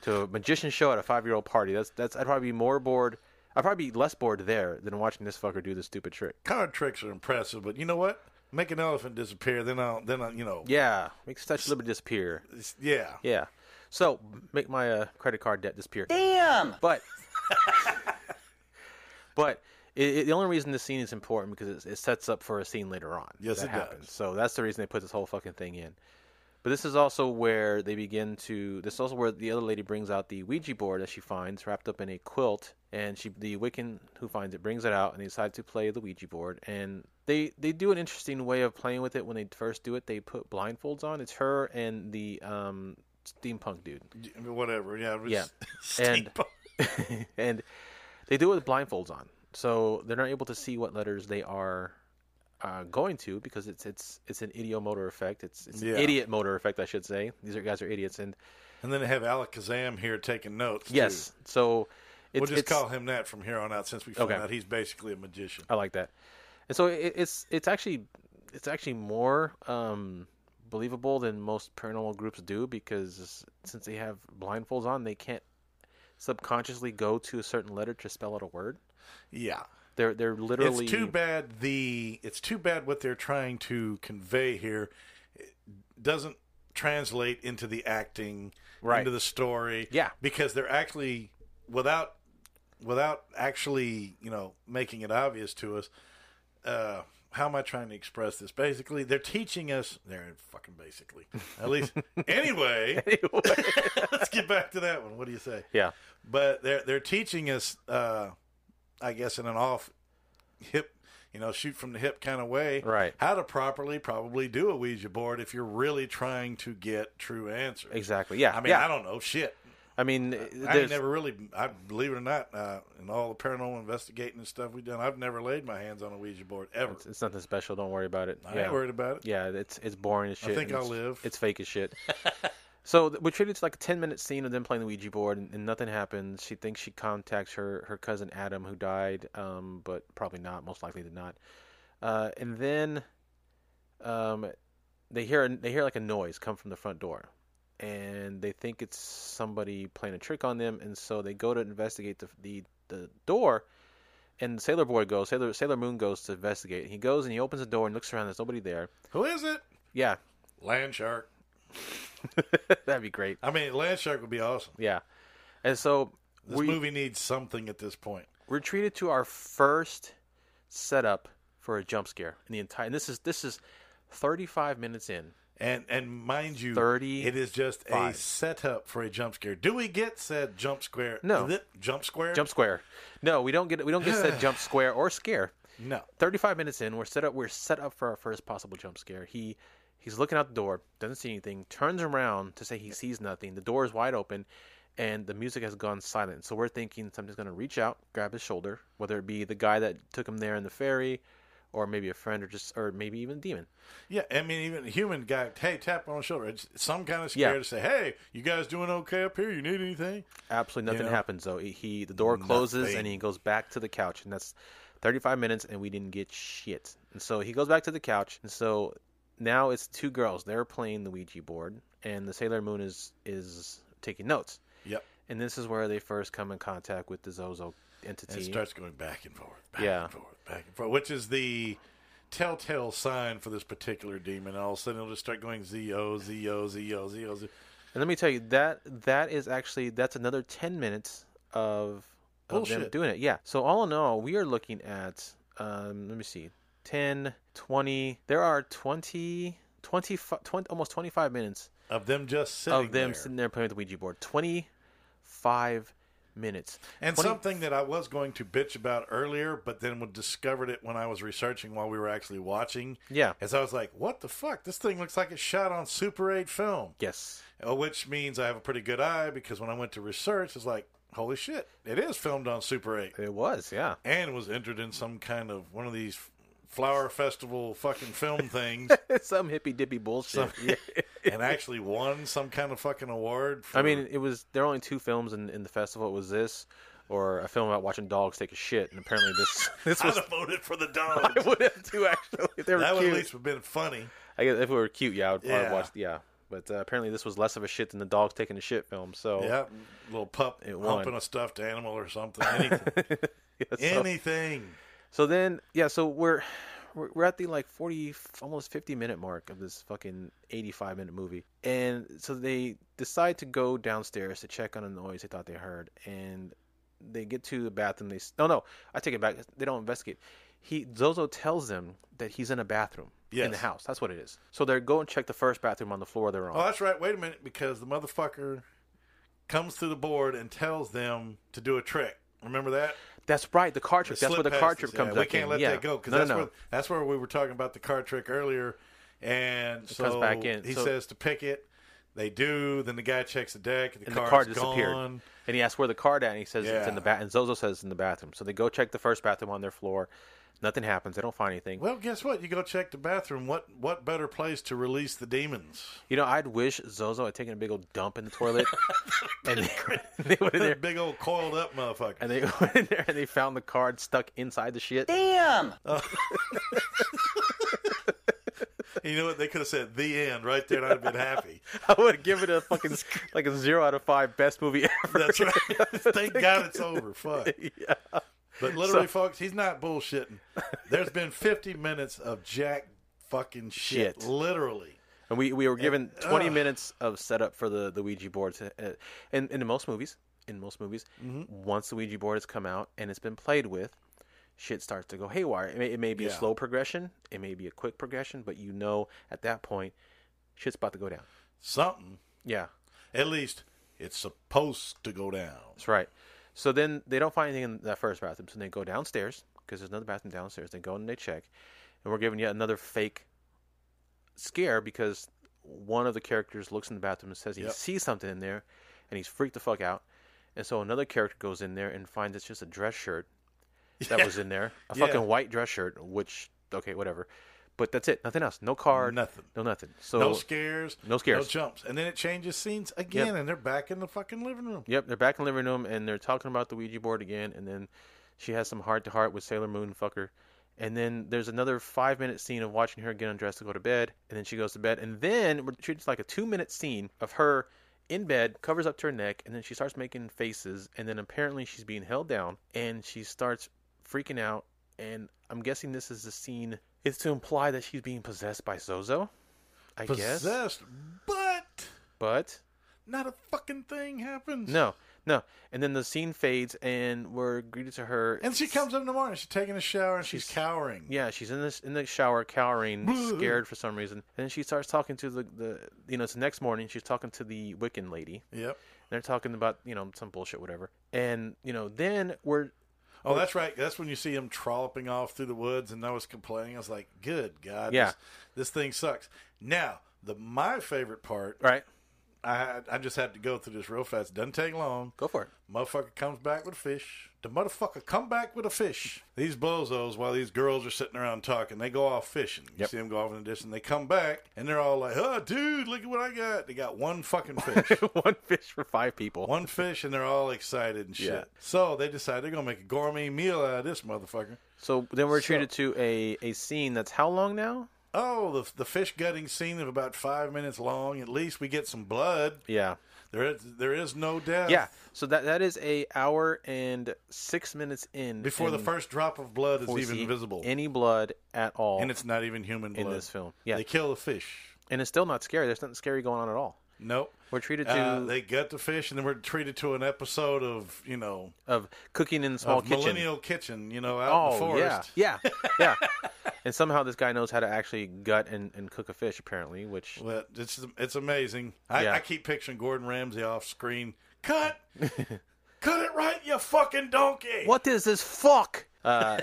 to a magician show at a five year old party. That's that's I'd probably be more bored I'd probably be less bored there than watching this fucker do this stupid trick.
card tricks are impressive, but you know what? Make an elephant disappear, then I'll then I will you know
Yeah. Makes Statue of Liberty disappear.
it's- yeah.
Yeah. So make my uh, credit card debt disappear. Damn. <laughs> But but it, it, the only reason this scene is important because it, it sets up for a scene later on.
Yes,
that
it
happens.
does.
So that's the reason they put this whole fucking thing in. But this is also where they begin to. This is also where the other lady brings out the Ouija board that she finds wrapped up in a quilt, and she, the Wiccan who finds it, brings it out, and they decide to play the Ouija board. And they they do an interesting way of playing with it when they first do it. They put blindfolds on. It's her and the um, steampunk dude
Whatever. Yeah. it was- <laughs>
Yeah.
Steampunk.
<laughs> and they do it with blindfolds on, so they're not able to see what letters they are uh, going to because it's it's it's an idiomotor effect. It's it's
Yeah.
an idiot motor effect, I should say. These are guys are idiots, and
and then they have Alakazam here taking notes. too.
yes, so it's,
We'll just
it's-
call him that from here on out since we found
Okay. Uh,
out he's basically a magician.
I like that, and so it, it's it's actually it's actually more um, believable than most paranormal groups do because since they have blindfolds on, they can't subconsciously go to a certain letter to spell out a word.
Yeah.
They're they're literally
It's too bad the it's too bad what they're trying to convey here it doesn't translate into the acting,
Right.
into the story.
Yeah.
Because they're actually without without actually, you know, making it obvious to us, uh how am I trying to express this? Basically, they're teaching us. They're fucking basically.
<laughs>
At least, anyway. <laughs> let's get back to that one. What do you say?
yeah.
but they're they're teaching us, uh, I guess, in an off hip, you know, shoot from the hip kind of way,
Right.
How to properly probably do a Ouija board if you're really trying to get true answers.
Exactly, yeah,
I mean,
yeah.
I don't know shit.
I mean,
I ain't
there's-
never really, I believe it or not, uh, in all the paranormal investigating and stuff we've done, I've never laid my hands on a Ouija board ever.
It's, it's nothing special. Don't worry about it.
I ain't worried about it.
Yeah, it's it's boring as shit.
think
and
I'll
it's-
live.
It's fake as shit.
<laughs>
so th- we're treated to like a ten minute scene of them playing the Ouija board, and, and nothing happens. She thinks she contacts her her cousin Adam, who died, um, but probably not. Most likely did not. Uh, and then, um, they hear they hear like a noise come from the front door, and they think it's somebody playing a trick on them, and so they go to investigate the the, the door and Sailor Boy goes, Sailor Sailor Moon goes to investigate. He goes and he opens the door and looks around. There's nobody there.
Who is it?
Yeah, <laughs>
Land shark.
that'd be great.
I mean, land shark would be awesome.
Yeah, and so
This
we,
movie needs something at this point.
we're treated to our first setup for a jump scare in the entire. And this is this is 35 minutes in.
And and mind you,
30
It is just
five.
a setup for a jump scare. Do we get said jump square?
No.
Th- jump square.
Jump square. No, we don't get we don't get
<sighs>
said jump square or scare.
No.
35 minutes in, we're set up we're set up for our first possible jump scare. He he's looking out the door, doesn't see anything, turns around to say he sees nothing. The door is wide open and the music has gone silent. So we're thinking something's going to reach out, grab his shoulder, whether it be the guy that took him there in the ferry or maybe a friend or just or maybe even a demon.
Yeah, I mean, even a human guy. Hey, tap on the shoulder. It's some kind of scare
Yeah.
to say, "Hey, you guys doing okay up here? You need anything?"
Absolutely nothing
Yeah.
happens though. He- He the door closes
Nothing.
and he goes back to the couch and that's 35 minutes and we didn't get shit. And so he goes back to the couch and so now it's two girls. They're playing the Ouija board, and the Sailor Moon is is taking notes.
Yep.
And this is where they first come in contact with the Zozo
And
entity.
it starts going back and forth, back
Yeah.
and forth, back and forth, which is the telltale sign for this particular demon. All of a sudden, it'll just start going Z-O, Z-O, Z-O, Z-O, Z-O.
and let me tell you that that is actually that's another ten minutes of, of them
Bullshit.
doing it. Yeah. So all in all, we are looking at um, let me see, 10, 20. There are 20, 25 20 almost twenty five minutes
Of them just sitting
of them
there.
sitting there playing with the Ouija board. Twenty five minutes.
And
20
something that I was going to bitch about earlier, but then we discovered it when I was researching while we were actually watching.
Yeah.
As I was like, what the fuck? This thing looks like it's shot on Super 8 film.
Yes.
Uh, Which means I have a pretty good eye because when I went to research, it's like, holy shit, it is filmed on Super 8
It was,
<laughs>
yeah.
and was entered in some kind of one of these flower festival fucking
<laughs>
film things
Some hippy dippy bullshit. Yeah.
and actually won some kind of fucking award.
<laughs>
For,
I mean, it was there were only two films in, in the festival. It was this or a film about watching dogs take a shit, and apparently this <laughs> this
I'd
was
have voted
<laughs>
for the dogs.
would have too actually. If they were
That would
cute,
at least have been funny.
I guess if we were cute, yeah, I would, I would
Yeah.
watch. Yeah, but uh, apparently this was less of a shit than the dogs taking a shit film. So
Yeah, little pup
It won.
humping a stuffed animal or something. Anything.
<laughs> Yeah, so-
anything.
So then, yeah, so we're we're we're at the like 40 almost 50 minute mark of this fucking 85 minute movie. And so they decide to go downstairs to check on a noise they thought they heard and they get to the bathroom they s- No, no. I take it back. They don't investigate. He Zozo tells them that he's in a bathroom in the
Yes.
house. That's what it is. So they go and check the first bathroom on the floor they're on.
Oh, that's right. Wait a minute, because the motherfucker comes through the board and tells them to do a trick. Remember that?
that's right, the car trip.
It
That's where
slipped
the
past
car
us.
trip
Yeah,
comes
We
back
can't
in.
let
yeah.
that go because
no,
that's,
no, no.
where, that's where we were talking about the car trick earlier. And so
comes back in.
he
So-
says to pick it. They do. Then the guy checks the deck. The,
and
car's
the car disappeared.
Gone.
And he asks where the car at, and he says it's
Yeah.
in the bath. And Zozo says it's in the bathroom. So they go check the first bathroom on their floor. Nothing happens. They don't find anything.
Well, guess what? You go check the bathroom. What what better place to release the demons?
You know, I'd wish Zozo had taken a big old dump in the
<laughs>
toilet, and they, <laughs> they went in there,
Big old coiled up motherfucker.
and they <laughs> went in there, and they found the card stuck inside the shit.
You know what? They could have said the end right there, and I'd have
<laughs>
been happy.
I would give it a
<laughs>
fucking like a zero out of five best movie <laughs> ever.
That's right. <laughs> Thank God it's over. Fuck. But literally, folks, he's not bullshitting. There's been 50 minutes of jack fucking shit.
Shit.
Literally.
And we, we were given 20
Uh, ugh.
minutes of setup for the, the Ouija boards. Uh, And, and in most movies, in most movies,
Mm-hmm.
once the Ouija board has come out and it's been played with, shit starts to go haywire. It may, it may be a
Yeah.
slow progression, it may be a quick progression, but you know at that point, shit's about to go down.
Something.
Yeah,
At least it's supposed to go down.
that's right. So then they don't find anything in that first bathroom, so they go downstairs because there's another bathroom downstairs. They go and they check, and we're given yet another fake scare because one of the characters looks in the bathroom and says he
Yep.
sees something in there, and he's freaked the fuck out. And so another character goes in there and finds it's just a dress
<laughs>
shirt that was in there, a
Yeah.
fucking white dress shirt, which okay, whatever. But that's it. Nothing else. No card.
Nothing.
No nothing. So
no scares.
no scares.
No jumps. And then it changes scenes again,
Yep.
and they're back in the fucking living room.
Yep, they're back in the living room and they're talking about the Ouija board again. And then she has some heart to heart with Sailor Moon fucker. And then there's another five minute scene of watching her get undressed to go to bed. And then she goes to bed. And then we're shooting like a two minute scene of her in bed, covers up to her neck, and then she starts making faces. And then apparently she's being held down and she starts freaking out. And I'm guessing this is the scene. It's to imply that she's being possessed by Zozo, I guess.
Possessed. But
But
not a fucking thing happens.
no, no. And then the scene fades, and we're greeted to her.
And she comes up in the morning. She's taking a shower and she's, cowering.
Yeah, she's in this in the shower, cowering, scared for some reason. And then she starts talking to the, the you know it's the next morning. She's talking to the Wiccan lady. And
Yep.
they're talking about you know some bullshit, whatever. And you know then we're
Oh, that's right. That's when you see him trolloping off through the woods, and I was complaining. I was like, "Good God,
Yeah.
this, this thing sucks." Now, the my favorite part,
right.
I I just had to go through this real fast. It doesn't take long.
Go for it.
Motherfucker comes back with a fish. The motherfucker come back with a fish. These bozos, while these girls are sitting around talking, they go off fishing. You
Yep.
see them go off in the distance. They come back, and they're all like, "Oh, dude, look at what I got!" They got one fucking
<laughs>
fish.
<laughs> One fish for five people.
One fish, and they're all excited and shit.
Yeah.
So they decide they're gonna make a gourmet meal out of this motherfucker.
So then we're treated to a a scene that's how long now?
oh, the, the fish gutting scene of about five minutes long. At least we get some blood.
Yeah.
There is, there is no death.
Yeah. So that that is a hour and six minutes in
Before the
and
first drop of blood is
before we
even
see
visible.
Any blood at all.
and it's not even human blood.
in this film. Yeah.
They kill the fish.
and it's still not scary. There's nothing scary going on at all.
Nope.
We're treated to
Uh, they gut the fish, and then we're treated to an episode of, you know,
of cooking in small
of
kitchen.
millennial kitchen, you know, out in the
oh yeah,
forest.
yeah,
<laughs>
yeah. and somehow this guy knows how to actually gut and, and cook a fish apparently, which
Well, it's it's amazing. I,
Yeah.
I keep picturing Gordon Ramsay off screen.
<laughs>
Cut, cut it right, you fucking donkey.
What is this fuck?
<laughs>
Uh,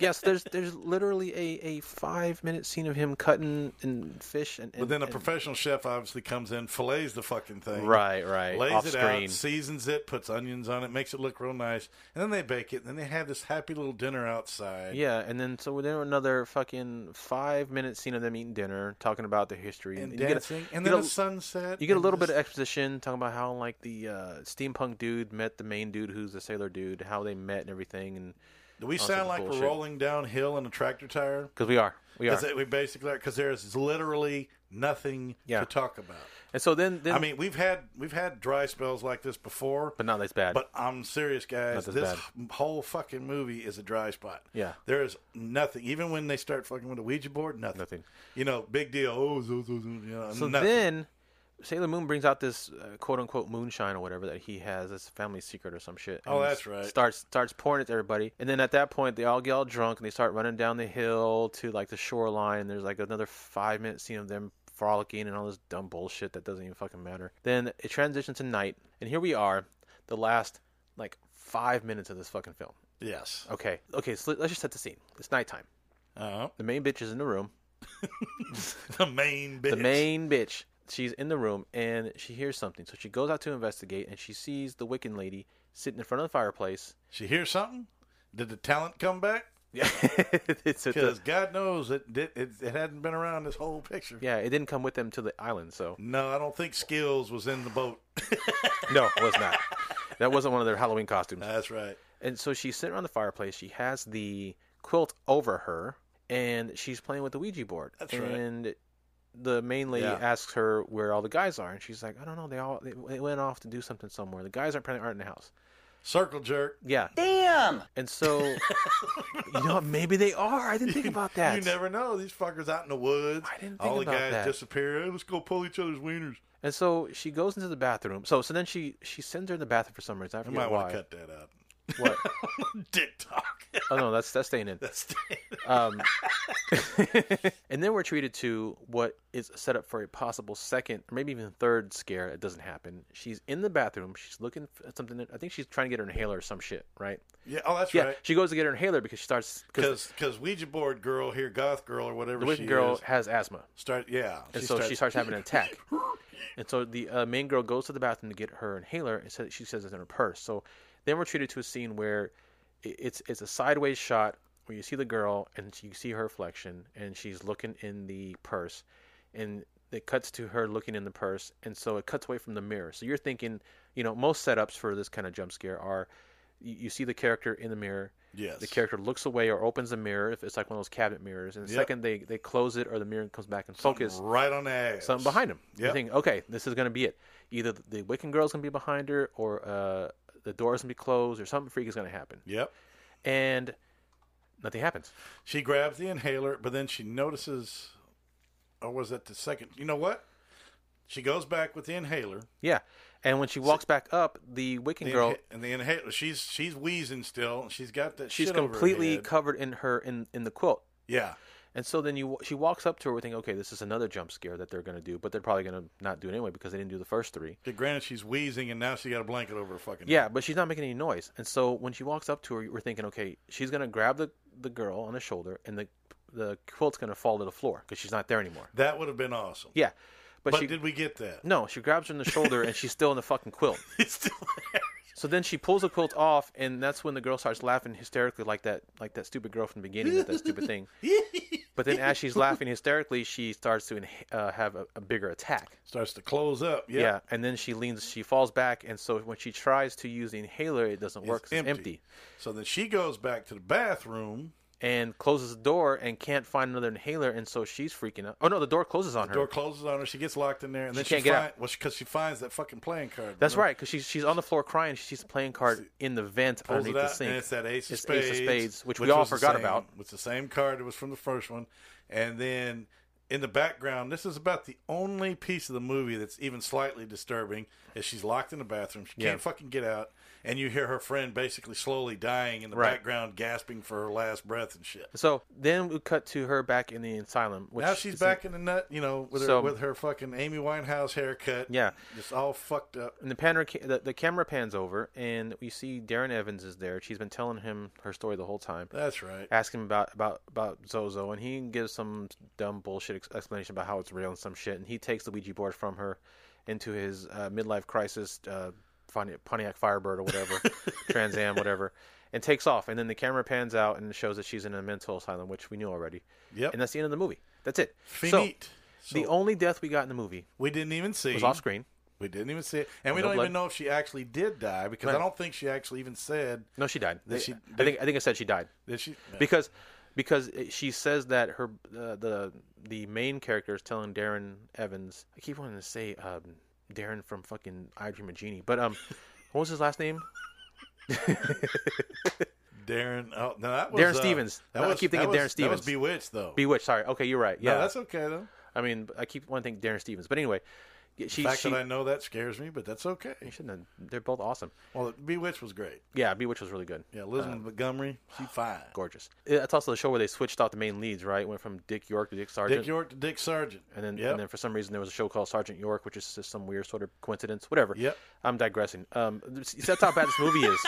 yes, there's there's literally a, a five minute scene of him cutting and fish and, and
But then a
and-
professional chef obviously comes in, fillets the fucking thing,
Right, right,
lays
off
it
screen.
out, seasons it, puts onions on it, makes it look real nice, and then they bake it. And then they have this happy little dinner outside.
yeah, and then so then another fucking five minute scene of them eating dinner, talking about their history
and,
you get a-
dancing,
you
and
get
then
a-
a sunset.
You get a
and
little bit
just-
of exposition talking about how like the uh, steampunk dude met the main dude who's the sailor dude, how they met and everything, and
Do we
all sorts
sound
of Oh,
like
bullshit.
we're rolling downhill in a tractor tire?
because we are, we are,
Because we basically because there's literally nothing
Yeah.
to talk about.
and so then, then
I mean, we've had we've had dry spells like this before,
but not this bad.
But I'm serious, guys.
Not this
This
bad.
h- whole fucking movie is a dry spot.
Yeah.
there is nothing. Even when they start fucking with a Ouija board, nothing.
Nothing.
You know, big deal. Oh, zo, zo, zo, you know,
So
nothing.
then Sailor Moon brings out this uh, quote unquote moonshine or whatever that he has, this family secret or some shit.
Oh,
and
that's
s-
right.
Starts starts pouring it to everybody, and then at that point they all get all drunk and they start running down the hill to like the shoreline. And there's like another five minute scene of them frolicking and all this dumb bullshit that doesn't even fucking matter. Then it transitions to night, and here we are, the last like five minutes of this fucking film.
yes.
Okay, okay, so let's just set the scene. It's nighttime.
Uh-huh. <laughs>
The main bitch is in the room.
The main bitch.
the main bitch. She's in the room and she hears something. So she goes out to investigate and she sees the Wiccan lady sitting in front of the fireplace.
She hears something. Did the talent come back?
<laughs> Yeah, it's at the-
Because God knows it, it it it hadn't been around this whole picture.
yeah, it didn't come with them to the island,
<laughs>
so
No, I don't think skills was in the boat.
no, it was not. That wasn't one of their Halloween costumes.
That's right.
And so she's sitting around the fireplace. She has the quilt over her, and she's playing with the Ouija board.
That's right.
and the main lady
Yeah.
asks her where all the guys are, and she's like, "I don't know. They all they, they went off to do something somewhere. The guys apparently aren't in the house."
Circle jerk.
Yeah. Damn. And so, you know, what, maybe they are. I didn't think about that.
<laughs> You never know. These fuckers out in the woods.
I didn't
All
think
the
about
guys
that.
disappear. Hey, let's go pull each other's wieners.
And so she goes into the bathroom. So so then she she sends her in the bathroom for some reason. I
I
forget
might
why.
want to cut that out.
What?
Dick talk.
Oh no, that's that's staying in.
That's
Um,
<laughs>
and then we're treated to what is set up for a possible second, or maybe even third scare. It doesn't happen. She's in the bathroom. She's looking for something. that- I think she's trying to get her inhaler or some shit, right?
<laughs> yeah. Oh, that's
yeah.
right.
She goes to get her inhaler because she starts because
Because because Ouija board girl here, goth girl or whatever
the Wiccan
she
girl
is,
has asthma.
start yeah.
And so she starts having an attack. and so the uh, main girl goes to the bathroom to get her inhaler, and so she says it's in her purse. So then we're treated to a scene where i- it's it's a sideways shot where you see the girl and you see her reflection, and she's looking in the purse, and it cuts to her looking in the purse, and so it cuts away from the mirror. So you're thinking, you know, most setups for this kind of jump scare are you, you see the character in the mirror.
Yes.
The character looks away or opens the mirror if it's like one of those cabinet mirrors, and the
Yep.
second they, they close it or the mirror comes back and focus,
right on the ass.
something behind him. You
Yep.
think, okay, this is going to be it. Either the- the Wiccan girl's going to be behind her, or uh, the door's going to be closed, or something freak is going to happen.
Yep.
And nothing happens.
She grabs the inhaler, but then she notices. Or was that the second? You know what? She goes back with the inhaler.
Yeah. And when she walks back up, the Wiccan
The
girl,
inha- and the inhaler. She's she's wheezing still. and She's got that.
she's
shit over her
completely
head.
covered in her in in the quilt.
yeah.
And so then you she walks up to her, thinking, okay, this is another jump scare that they're going to do, but they're probably going to not do it anyway because they didn't do the first three.
Yeah, Granted, she's wheezing, and now she got a blanket over her fucking.
Yeah, but she's not making any noise. And so when she walks up to her, we're thinking, okay, she's gonna grab the, the girl on the shoulder, and the the quilt's gonna fall to the floor because she's not there anymore.
That would have been awesome.
Yeah, but,
But,
she
did we get that? <laughs>
no, she grabs her in the shoulder, and she's still in the fucking quilt.
It's still there.
So then she pulls the quilt off, and that's when the girl starts laughing hysterically, like that like that stupid girl from the beginning, with that stupid
<laughs>
thing. But then as she's laughing hysterically, she starts to inha- uh, have a, a bigger attack.
Starts to close up. Yeah.
Yeah, and then she leans, she falls back, and so when she tries to use the inhaler, it doesn't work. 'cause It's empty.
So then she goes back to the bathroom
and closes the door and can't find another inhaler, and so she's freaking out. Oh no, the door closes on her.
Door closes on her. She gets locked in there, and
She
then she
can't get
find,
out.
well, because she finds that fucking playing card.
That's
you know?
right, because she's she's on the floor crying. She sees a playing card in the vent
Pulls
underneath
it
the
out,
sink.
and it's that ace of
It's
spades,
which, we all
was the
forgot
same-
about.
It's the same card that was from the first one, and then in the background, this is about the only piece of the movie that's even slightly disturbing. Is she's locked in the bathroom, she
Yeah.
can't fucking get out, and you hear her friend basically slowly dying in the
Right.
background, gasping for her last breath and shit.
So then we cut to her back in the asylum. Which
now she's
is-
back in the nut, you know, with her
So-
with her fucking Amy Winehouse haircut.
Yeah.
just all fucked up.
And the panner, ca- the, the camera pans over, and we see Darren Evans is there. She's been telling him her story the whole time.
That's right.
Ask him about about about Zozo, and he gives some dumb bullshit ex- explanation about how it's real and some shit. And he takes the Ouija board from her into his uh, midlife crisis uh, Pon- Pontiac Firebird or
<laughs>
whatever, Trans Am, whatever, and takes off. And then the camera pans out and shows that she's in a mental asylum, which we knew already.
Yep.
And that's the end of the movie. That's it.
Finite.
So the only death we got in the movie
we didn't even see.
was off screen.
We didn't even see it, and we
No
don't
blood.
even know if she actually did die because I
Right.
don't think she actually even said
No, she died.
Did she-
I think I think I said she died.
that she. yeah.
because because it- she says that her uh, the the main character is telling Darren Evans. I keep wanting to say um, Darren from fucking I Dream of Genie, but um, <laughs> what was his last name?
Darren, oh, no, that was
Darren
uh,
Stevens.
That
No, I
was,
keep thinking
that
Darren
was- That
Stevens.
was Bewitched, though.
Bewitched. Sorry. Okay, you're right. Yeah,
No, that's okay though.
I mean, I keep wanting to think Darren Stevens, but anyway, y- she
The fact
she.
that I know that scares me, but that's okay.
I shouldn't have- They're both awesome.
Well, Bewitched was great.
Yeah, Bewitched was really good.
Yeah,
Uh,
Elizabeth Montgomery, she fine.
Gorgeous. Yeah, That's also the show where they switched out the main leads, right? Went from Dick York to Dick Sargent.
Dick York to Dick Sargent,
And then,
Yep.
and then for some reason, there was a show called Sergeant York, which is just some weird sort of coincidence. Whatever.
Yep.
I'm digressing. Um, th- that's how bad this movie
<laughs>
is.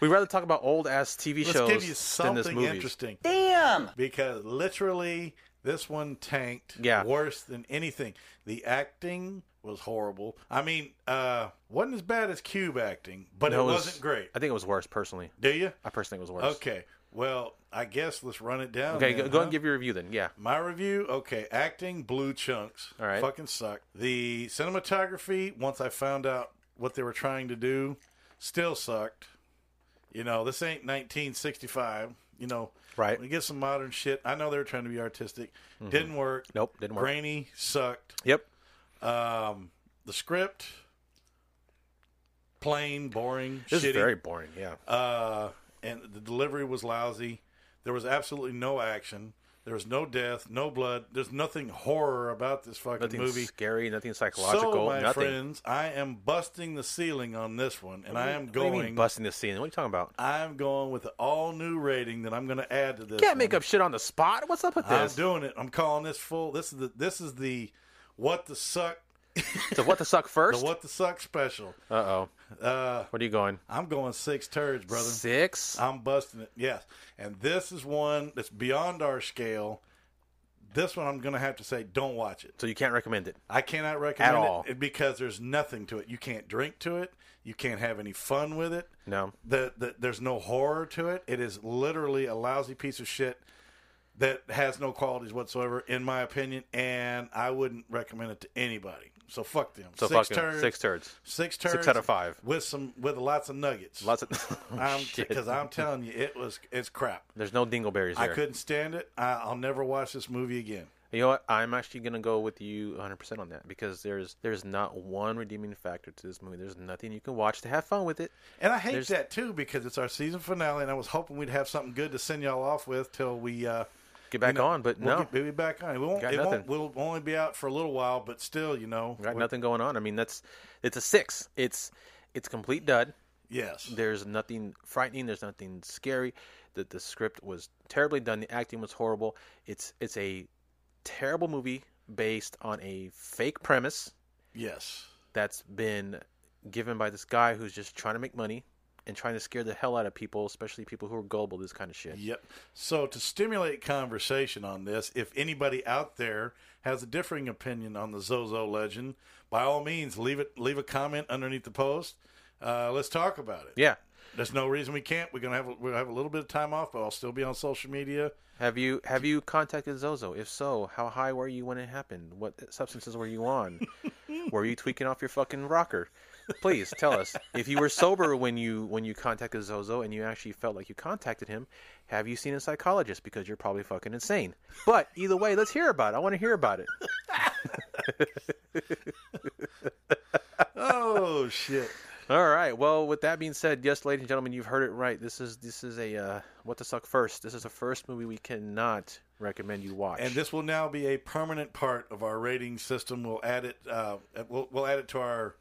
We'd rather talk about old ass TV
let's
shows
give you
than
something
this movie.
interesting. Damn, because literally this one tanked.
Yeah.
worse than anything. The acting was horrible. I mean, uh, wasn't as bad as Cube acting, but
No,
it
was-
wasn't great.
I think it was worse, personally.
Do you?
I personally think it was worse.
Okay. Uh-huh. Well, I guess let's run it down.
Okay,
then,
go, go
huh?
and give your review then. Yeah.
my review. Okay, acting blue chunks.
All right.
fucking sucked. The cinematography. Once I found out what they were trying to do, still sucked. You know, this ain't 1965. You know,
Right. Mm-hmm.
We get some modern shit. I know they were trying to be artistic. Didn't work.
Nope, didn't work.
Grainy sucked.
Yep.
Um, the script. Plain, boring,
This
shitty.
is very boring. Yeah.
Uh, and the delivery was lousy. There was absolutely no action. There was no death, no blood. There's nothing horror about this fucking
nothing
movie.
scary. Nothing psychological.
so, my
nothing.
friends, I am busting the ceiling on this one, and I am
What do you mean
going.
busting the scene. What are you talking about?
I'm going with the all new rating that I'm going to add to this.
You can't make
one.
up shit on the spot. What's up with
I'm
this?
doing it. I'm calling this full. This is the. This is the. What the suck.
The what the suck
<laughs> The
first?
what the suck special.
Uh oh.
Uh,
What are you going?
I'm going six turds, brother. Uh,
Six.
I'm busting it. Yes. And this is one that's beyond our scale. This one I'm going to have to say don't watch it.
so you can't recommend it.
I cannot recommend
At all.
it because there's nothing to it. You can't drink to it. You can't have any fun with it.
No.
The, the, there's no horror to it. It is literally a lousy piece of shit that has no qualities whatsoever, in my opinion. And I wouldn't recommend it to anybody. So fuck them.
So
six
fucking
turds.
six turds.
Six turds.
Six out of five.
With some with lots of nuggets.
Lots of <laughs> oh,
I'm
shit.
because I'm telling you, it was it's crap.
There's no dingleberries
I
there.
couldn't stand it. I, I'll never watch this movie again.
You know what? I'm actually gonna go with you 100% on that because there's there's not one redeeming factor to this movie. There's nothing you can watch to have fun with it.
And I hate
There's-
that too because it's our season finale, and I was hoping we'd have something good to send y'all off with till we uh,
Get back
you know,
on, but
we'll
no,
get- we'll be back on. We won't.
Got
It won't
nothing.
we'll only be out for a little while, but still, you know,
got
we-
nothing going on. I mean, that's it's a six. It's it's complete dud.
Yes,
There's nothing frightening. There's nothing scary. The the script was terribly done. The acting was horrible. It's it's a terrible movie based on a fake premise.
yes.
that's been given by this guy who's just trying to make money and trying to scare the hell out of people, especially people who are gullible to this kind of shit.
Yep. So to stimulate conversation on this, if anybody out there has a differing opinion on the Zozo legend, by all means, leave it. Leave a comment underneath the post. Uh, let's talk about it.
Yeah.
There's no reason we can't. We're gonna have a, we'll have a little bit of time off, but I'll still be on social media.
Have you have you contacted Zozo? If so, how high were you when it happened? What substances were you on? were you tweaking off your fucking rocker? please tell us if you were sober when you when you contacted Zozo and you actually felt like you contacted him. Have you seen a psychologist? Because you're probably fucking insane. But either way, let's hear about it. I want to hear about it.
Oh shit.
All right. Well, with that being said, yes, ladies and gentlemen, you've heard it right. This is this is a uh, what to suck first. This is the first movie we cannot recommend you watch.
And this will now be a permanent part of our rating system. We'll add it. Uh, we'll, we'll add it to our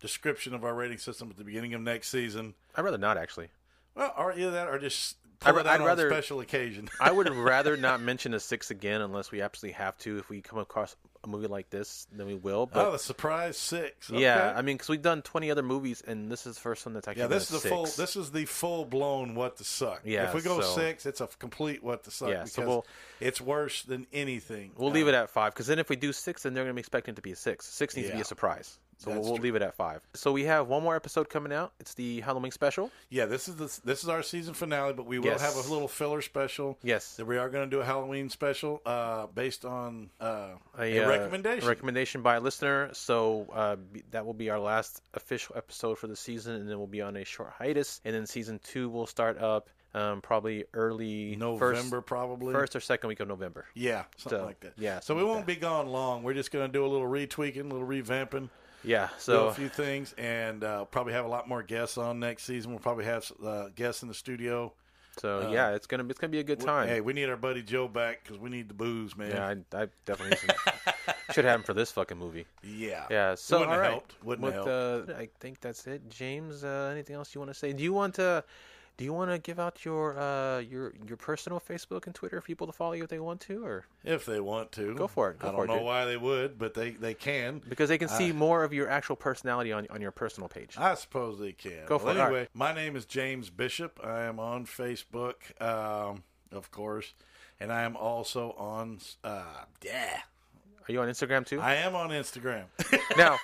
description of our rating system at the beginning of next season.
I'd rather not actually.
Well, or either that, or just
I'd
pull
ra-
it out
I'd
on
rather-
special occasion.
<laughs> I would rather not mention a six again unless we absolutely have to. If we come across a movie like this, then we will. But
oh, the surprise six.
yeah,
Okay.
I mean, because we've done twenty other movies, and this is the first one that's actually
yeah. This is
been
the
a
full.
six.
This is the full blown what the suck.
Yeah,
If we go
so-
six, it's a f- complete what the suck.
Yeah,
because
so we'll-
it's worse than anything. Uh,
We'll leave it at five because then if we do six, then they're going to be expecting it to be a six. Six needs to be
Yeah.
a surprise. So
That's
we'll, we'll
true.
leave it at five. So we have one more episode coming out. It's the Halloween special.
Yeah, this is the, this is our season finale, but we will
Yes.
have a little filler special.
Yes.
that we are going to do a Halloween special uh, based on uh, a,
uh,
recommendation.
a recommendation by a listener. So uh, be- that will be our last official episode for the season, and then we'll be on a short hiatus. And then season two will start up um, probably early
November,
first,
probably
first or second week of November.
Yeah, something
So,
like that.
yeah,
So we
something like
won't be gone long. We're just going to do a little retweaking, a little revamping,
Yeah.
do
So
a few things, and uh, probably have a lot more guests on next season. We'll probably have uh, guests in the studio.
so yeah, it's gonna it's gonna be a good time.
uh, Hey, we need our buddy Joe back because we need the booze, man.
yeah,
<laughs>
I, I definitely should, should have him for this fucking movie.
yeah.
Yeah. So
wouldn't
all
have
right.
helped. Wouldn't
With,
have
Uh, I think that's it, James. Uh, anything else you want to say? Do you want to? Do you want to give out your uh, your your personal Facebook and Twitter for people to follow you if they want to, or
if they want to.
Go for it. Go
I don't
for it,
know
dude.
why they would, but they they can.
because they can see more of your actual personality on on your personal page?
I suppose they can.
Go for
Well,
it. All
Anyway, my name is James Bishop. I am on Facebook, um, of course, and I am also on. Uh, yeah,
Are you on Instagram <laughs> too?
I am on Instagram.
now,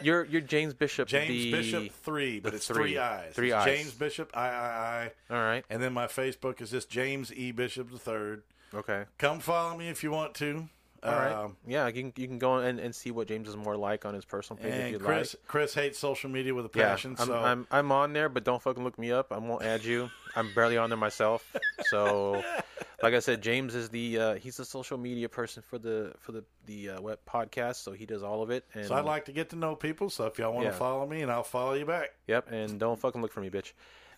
you're you're James Bishop.
James
the-
Bishop three, but
the
it's three,
three.
eyes.
Three
It's
eyes.
James Bishop I I I.
All right.
And then my Facebook is just James E Bishop the third.
Okay.
Come follow me if you want to.
All right.
Um,
yeah, you can you can go and, and see what James is more like on his personal page if
and
you'd
Chris
like.
Chris hates social media with a
Yeah,
passion.
I'm,
so
I'm I'm on there, but don't fucking look me up. I won't add you. I'm barely on there
<laughs>
myself. So, like I said, James is the uh, he's the social media person for the for the the uh, web podcast, so he does all of it. And
so I'd like to get to know people. So if y'all want to
Yeah.
follow me, and I'll follow you back.
Yep, and don't fucking look for me, bitch.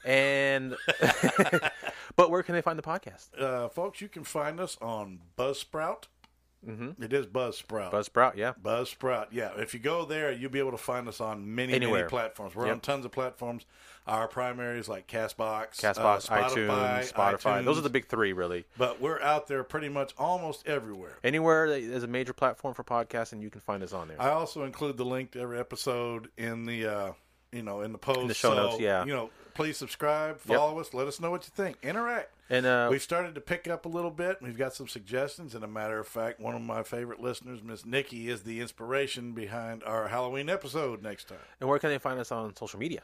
And
<laughs>
but where can they find the podcast?
uh, folks, you can find us on Buzzsprout. Mm-hmm. It is Buzzsprout.
Buzzsprout,
Uh,
yeah.
Buzzsprout. Yeah, if you go there, you'll be able to find us on many, many
Anywhere.
platforms. We're
Yep.
on tons of platforms. Our primaries like Castbox,
Castbox,
uh,
iTunes, Spotify. Those are the big three, really.
But we're out there pretty much almost everywhere.
Anywhere that is a major platform for podcasts, and you can find us on there.
I also include the link to every episode in the uh, you know in the post.
the show
so,
notes, yeah.
You know, please subscribe, follow us, let us know what you think, interact.
And, uh,
we've started to pick up a little bit. We've got some suggestions, and a matter of fact, one of my favorite listeners, Miss Nikki, is the inspiration behind our Halloween episode next time.
and where can they find us on social media?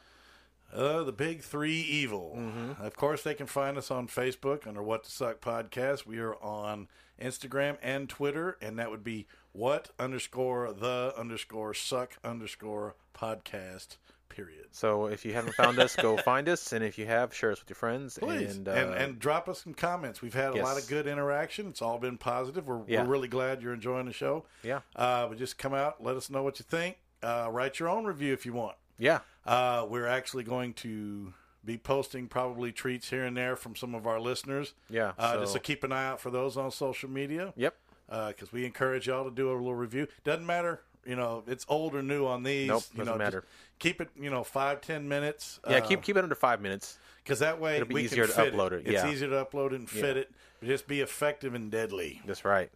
Uh, the big three evil. Of course, they can find us on Facebook under What to Suck Podcast. We are on Instagram and Twitter, and that would be what underscore the underscore suck underscore podcast. Period.
So if you haven't found us,
<laughs>
go find us, and if you have, share us with your friends.
Please
And, uh,
and, and drop us some comments. We've had a lot
Yes.
of good interaction. It's all been positive. We're,
Yeah.
we're really glad you're enjoying the show.
Yeah.
Uh, but just come out, let us know what you think. Uh, write your own review if you want.
yeah,
Uh, we're actually going to be posting probably treats here and there from some of our listeners.
Yeah,
Uh, Just
so-
so keep an eye out for those on social media.
yep,
Because we encourage y'all to do a little review. Doesn't matter, you know, it's old or new on these.
Nope,
you
doesn't
know, just
matter.
Keep it, you know, five ten minutes.
yeah.
uh,
keep keep it under five minutes.
because that way
It'll be
we
easier
can
to
fit
upload it, yeah.
It's easier to upload it and fit it. But just be effective and deadly.
That's right.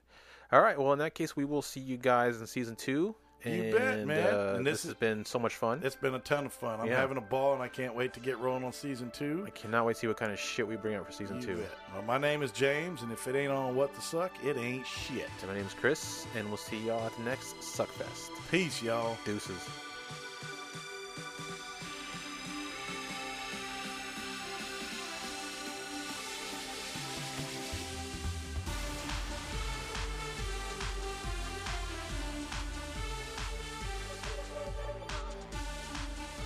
All right. Well, in that case, we will see you guys in season two. And,
You bet, man.
Uh,
And
this,
this
has
is-
been so much fun.
It's been a ton of fun. I'm
Yeah.
having a ball, and I can't wait to get rolling on season two.
I cannot wait to see what kind of shit we bring up for season
You
two.
bet. Well, my name is James, and if it ain't on what the suck, it ain't shit.
So my name's Chris, and we'll see y'all at the next Suckfest.
Peace, y'all.
Deuces.
Thank